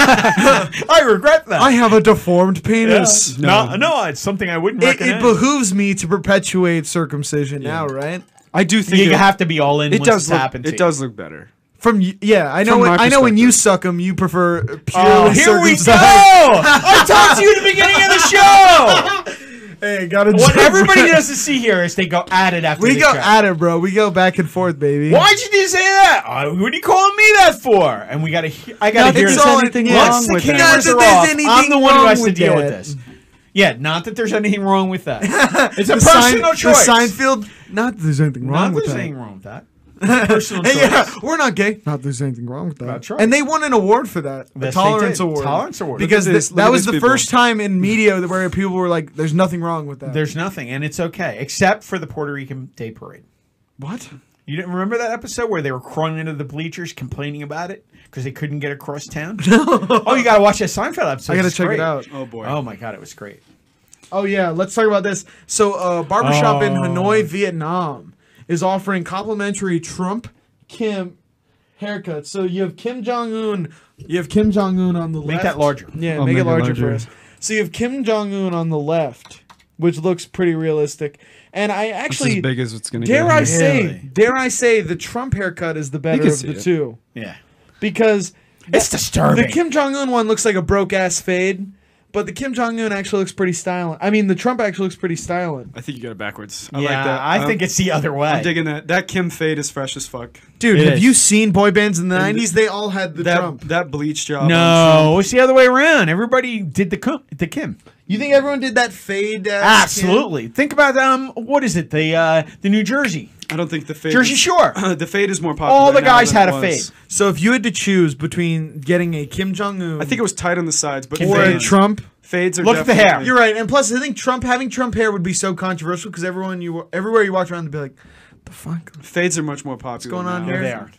I regret that. I have a deformed penis. no. no, it's something I wouldn't It, it recommend. behooves me to perpetuate circumcision now, right? I do think you it, have to be all in. it once does it's look. happened to It you. does look better. From y- yeah, I know. From When, my I know when you perspective. suck them, you prefer purely Oh, here we go! circumcised. I talked to you at the beginning of the show. Hey, gotta. What jump everybody right- doesn't see here is they go at it after We the go show. at it, bro. We go back and forth, baby. Why'd you say that? Uh, what are you calling me that for? And we gotta, he- I gotta Not that hear there's this. anything Once wrong the with that. cameras Not that are there's off, I'm anything the one who wrong has to with deal with that. this. Yeah, not that there's anything wrong with that. It's a The Sein- personal the choice. Seinfeld. Not that there's anything wrong not that with there's that. anything wrong with that. Personal choice. yeah, we're not gay. Not that there's anything wrong with that. That's right. And they won an award for that, the Yes, they tolerance did. award. Tolerance award. Because Look at th- this- look that at was these the people. first time in media that where people were like, "There's nothing wrong with that." There's nothing, and it's okay except for the Puerto Rican Day Parade. what? You didn't remember that episode where they were crawling into the bleachers complaining about it because they couldn't get across town? oh, you got to watch that Seinfeld episode. I gotta It's check it great. out. Oh boy. Oh my god, it was great. Oh yeah, let's talk about this. So, uh, barbershop in Oh. Hanoi, Vietnam, is offering complimentary Trump Kim haircuts. So you have Kim Jong Un, you have Kim Jong Un on the Make left. that larger. Yeah, I'll make, it make it larger, larger. for us. So you have Kim Jong Un on the left, which looks pretty realistic. And I it's as actually big as it's gonna dare get. I say, Really? dare I say, the Trump haircut is the better can of see the it. two Yeah, because it's the disturbing. Kim Jong Un one looks like a broke ass fade, but the Kim Jong Un actually looks pretty styling. I mean, the Trump actually looks pretty styling, I think you got it backwards. I yeah, like that. Um, I think it's the other way. I'm digging that. That Kim fade is fresh as fuck. dude. It have is. you seen boy bands in the And nineties? They all had the that Trump. that bleach job. on Trump. no, it's the other way around. Everybody did the Kim. The Kim. You think everyone did that fade? ass Kim? Absolutely. Think about um, what is it? The uh, the New Jersey I don't think the fade. Jersey is- Shore. the fade is more popular. All the now guys than had it a fade. was. So if you had to choose between getting a Kim Jong Un, I think it was tight on the sides, but Kim or a fade. fades, Trump. fades are Look at the hair. definitely- You're right, and plus I think Trump having Trump hair would be so controversial because everyone you everywhere you walked around they'd be like, the fuck. Fades are much more popular. What's going on now. here? They are.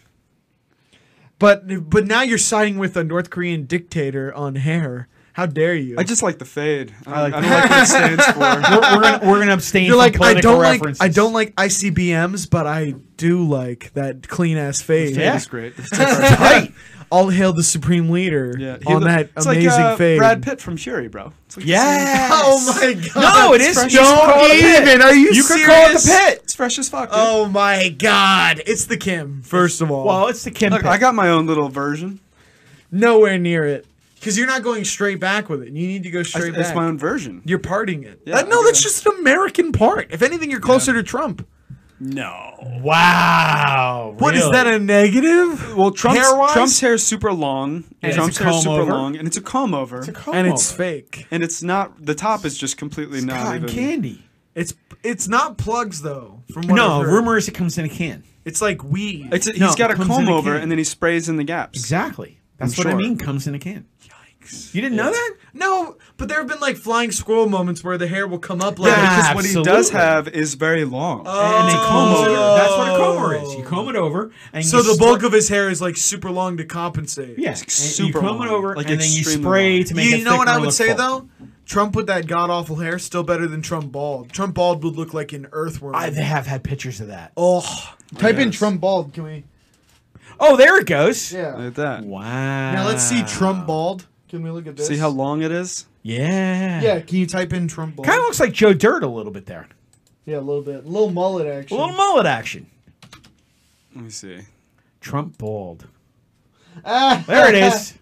But but now you're siding with a North Korean dictator on hair. How dare you? I just like the fade. I, like I don't like what it stands for. We're, we're gonna we're gonna abstain. you're from like I political don't references. like I don't like ICBMs, but I do like that clean ass fade. Fade Yeah. is great. Right. All hail the supreme leader Yeah, he on look- that it's amazing like, uh, fade. Brad Pitt from Fury, bro. It's like the same- Yeah. Oh my god. No, it is. Fresh Don't as fuck. even. Even, Are you You serious? could call it the pit. It's fresh as fuck. dude. Oh my god. It's the Kim, first of all. Well, it's the Kim. Look, pit. I got my own little version. nowhere near it. Because you're not going straight back with it. You need to go I, straight it's back. my own version. You're parting it. Yeah, Uh, no, I that's get just an American part. If anything, you're closer to Trump. No. Wow. What is that a negative? Well, Trump's Hair-wise? Trump's hair is super long. And Trump's it's a hair is comb super over? long, and it's a comb over. and it's fake. and it's not. The top is just completely not cotton even. candy. It's it's not plugs though. From what No, I've heard. rumor is it comes in a can. It's like weed. It's a, No, he's got it a comes in comb a over, can. and then he sprays in the gaps. Exactly. That's I'm what I sure. mean. Comes in a can. Yikes! You didn't know that? no, but there have been like flying squirrel moments where the hair will come up like. Yeah, because what he does Absolutely. have is very long. And they comb Oh. over. That's what a comber is. You comb it over, and so you the spr- bulk of his hair is like super long to compensate. yeah, and super you comb long, it over, like and then you extremely spray long. to make. You it know what thicker I and would look say full. though? Trump with that god awful hair still better than Trump bald. Trump bald would look like an earthworm. I have had pictures of that. oh, type in Yes. Trump bald. Can we? Oh, there it goes. Yeah. Like that. Wow. Now let's see Trump bald. Can we look at this? See how long it is? Yeah. Yeah, can you type in Trump bald? Kind of looks like Joe Dirt a little bit there. Yeah, a little bit, a little mullet A action. little mullet action. Let me see. Trump bald. ah, There it is.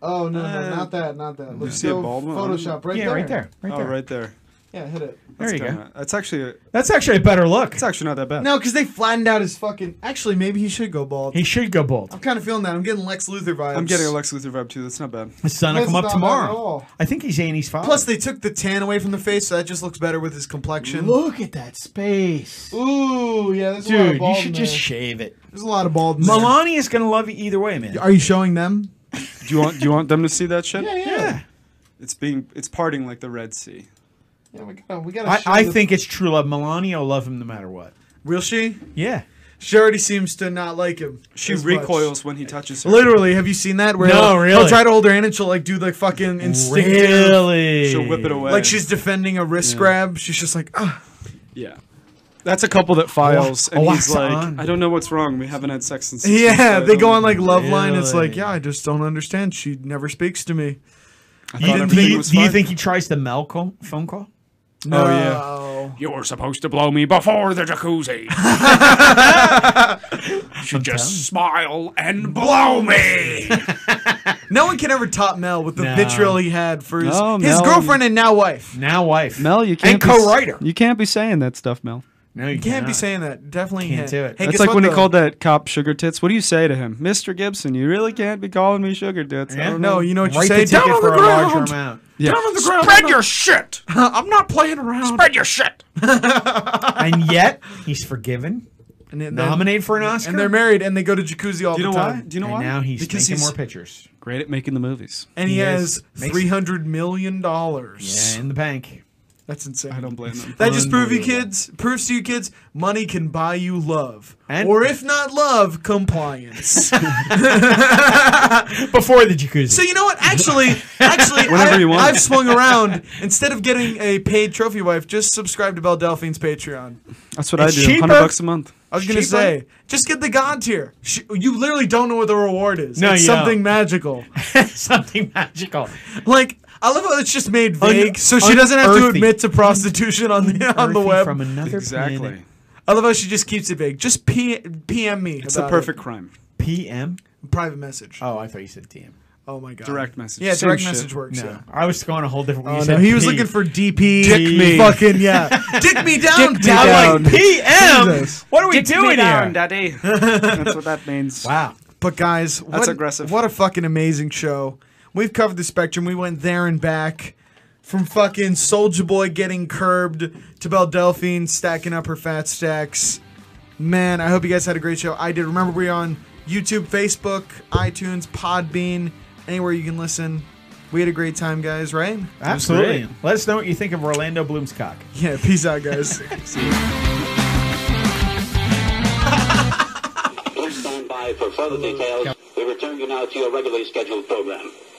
Oh no, no, Uh, not that, not that. Let's see a go bald one? Photoshop right yeah, there. right there. Right oh, there. right there. Yeah, hit it. There you go. kinda- That's actually That's actually a better look. it's actually not that bad. No, because they flattened out his fucking. Actually, maybe he should go bald. He should go bald. I'm kind of feeling that. I'm getting Lex Luthor vibes. I'm getting a Lex Luthor vibe too. That's not bad. His son will That's come not up bad at tomorrow. all. I think he's Annie's father. Plus, they took the tan away from the face, so that just looks better with his complexion. look at that space. Ooh, yeah, there's a lot of Dude, you bald. should in just there. shave it. there's a lot of bald. in there. Melania's gonna love you either way, man. Are you showing them? Do you want do you want them to see that shit? Yeah. It's being it's parting like the Red Sea. Yeah, we gotta. We gotta I, show I the- think it's true love. Melania will love him no matter what. Will she? Yeah. She already seems to not like him. She as much. recoils when he touches her. Literally, have you seen that? Where No, he'll- really. He'll try to hold her hand, and she'll like do the fucking instinctive. Really? She'll whip it away. Like she's defending a wrist grab. She's just like, ah. yeah. That's a couple that files, Wa- and walks he's like, Oh, on. "I don't know what's wrong. We haven't had sex since." Yeah, they "Oh, go on like love line. It's like, Really? yeah, I just don't understand. She never speaks to me. I thought Do you, do, everything you, was do you fine. think he tries the Mel call, phone call? No. yeah. you were supposed to blow me before the jacuzzi? you should just smile and blow me. No one can ever top Mel with the No. vitriol he had for his, No, his Mel- girlfriend and now wife. Now wife. Mel, you can't can't be- co-writer. you can't be saying that stuff, Mel. No, you You can't be cannot. saying that. Definitely Can't do it. Hey, That's guess like what, when though? he called that cop sugar tits. What do you say to him, Mister Gibson? You really can't be calling me sugar tits. I Yeah. don't know. No, you know what you Write say. the ticket Down on for the a larger ground. amount. Yeah. Down on the ground. I'm not- shit. I'm not playing around. your shit. and yet he's forgiven. And it- Nominate for an Oscar. And they're married and they go to jacuzzi all Do you the know why? time. Do you know and why? now he's because making he's more pictures. great at making the movies. And he, He has is- makes- three hundred million dollars. Yeah, in the bank. That's insane. I don't blame him. That just proves you Unbelievable. kids proves to you kids money can buy you love. And- or if not love, compliance. Before the jacuzzi. so you know what? Actually actually Whenever I, you want. I've swung around. Instead of getting a paid trophy wife, just subscribe to Belle Delphine's Patreon. That's what It's I do. cheaper. Hundred bucks a month. I was gonna Cheaper? say, just get the god tier. Sh- You literally don't know what the reward is. No, it's you something magical. Something magical. Like I love how it's just made vague, so she un- doesn't have to unearthy. admit to prostitution on the on the Earthy web. From another Exactly. planet. I love how she just keeps it vague. Just P- PM me. It's the about perfect crime. PM? it. private message. Oh, I thought you said DM. Oh my god. Direct message. Yeah, Same direct shit. message works. No. Yeah. I was going a whole different way. Oh, no, he was looking for DP. Dick me. Fucking yeah. Dick me down. me down. down. Like, PM? Jesus. What are we doing here? daddy. That's what that means. Wow. But guys, what, aggressive. What a fucking amazing show. We've covered the spectrum. We went there and back, from fucking Soldier Boy getting curbed to Belle Delphine stacking up her fat stacks. Man, I hope you guys had a great show. I did. Remember, we're on YouTube, Facebook, iTunes, Podbean, anywhere you can listen. We had a great time, guys. Right? Absolutely. great. Let us know what you think of Orlando Bloom's cock. Yeah. Peace out, guys. Please stand by for further details. We return you now to your regularly scheduled program.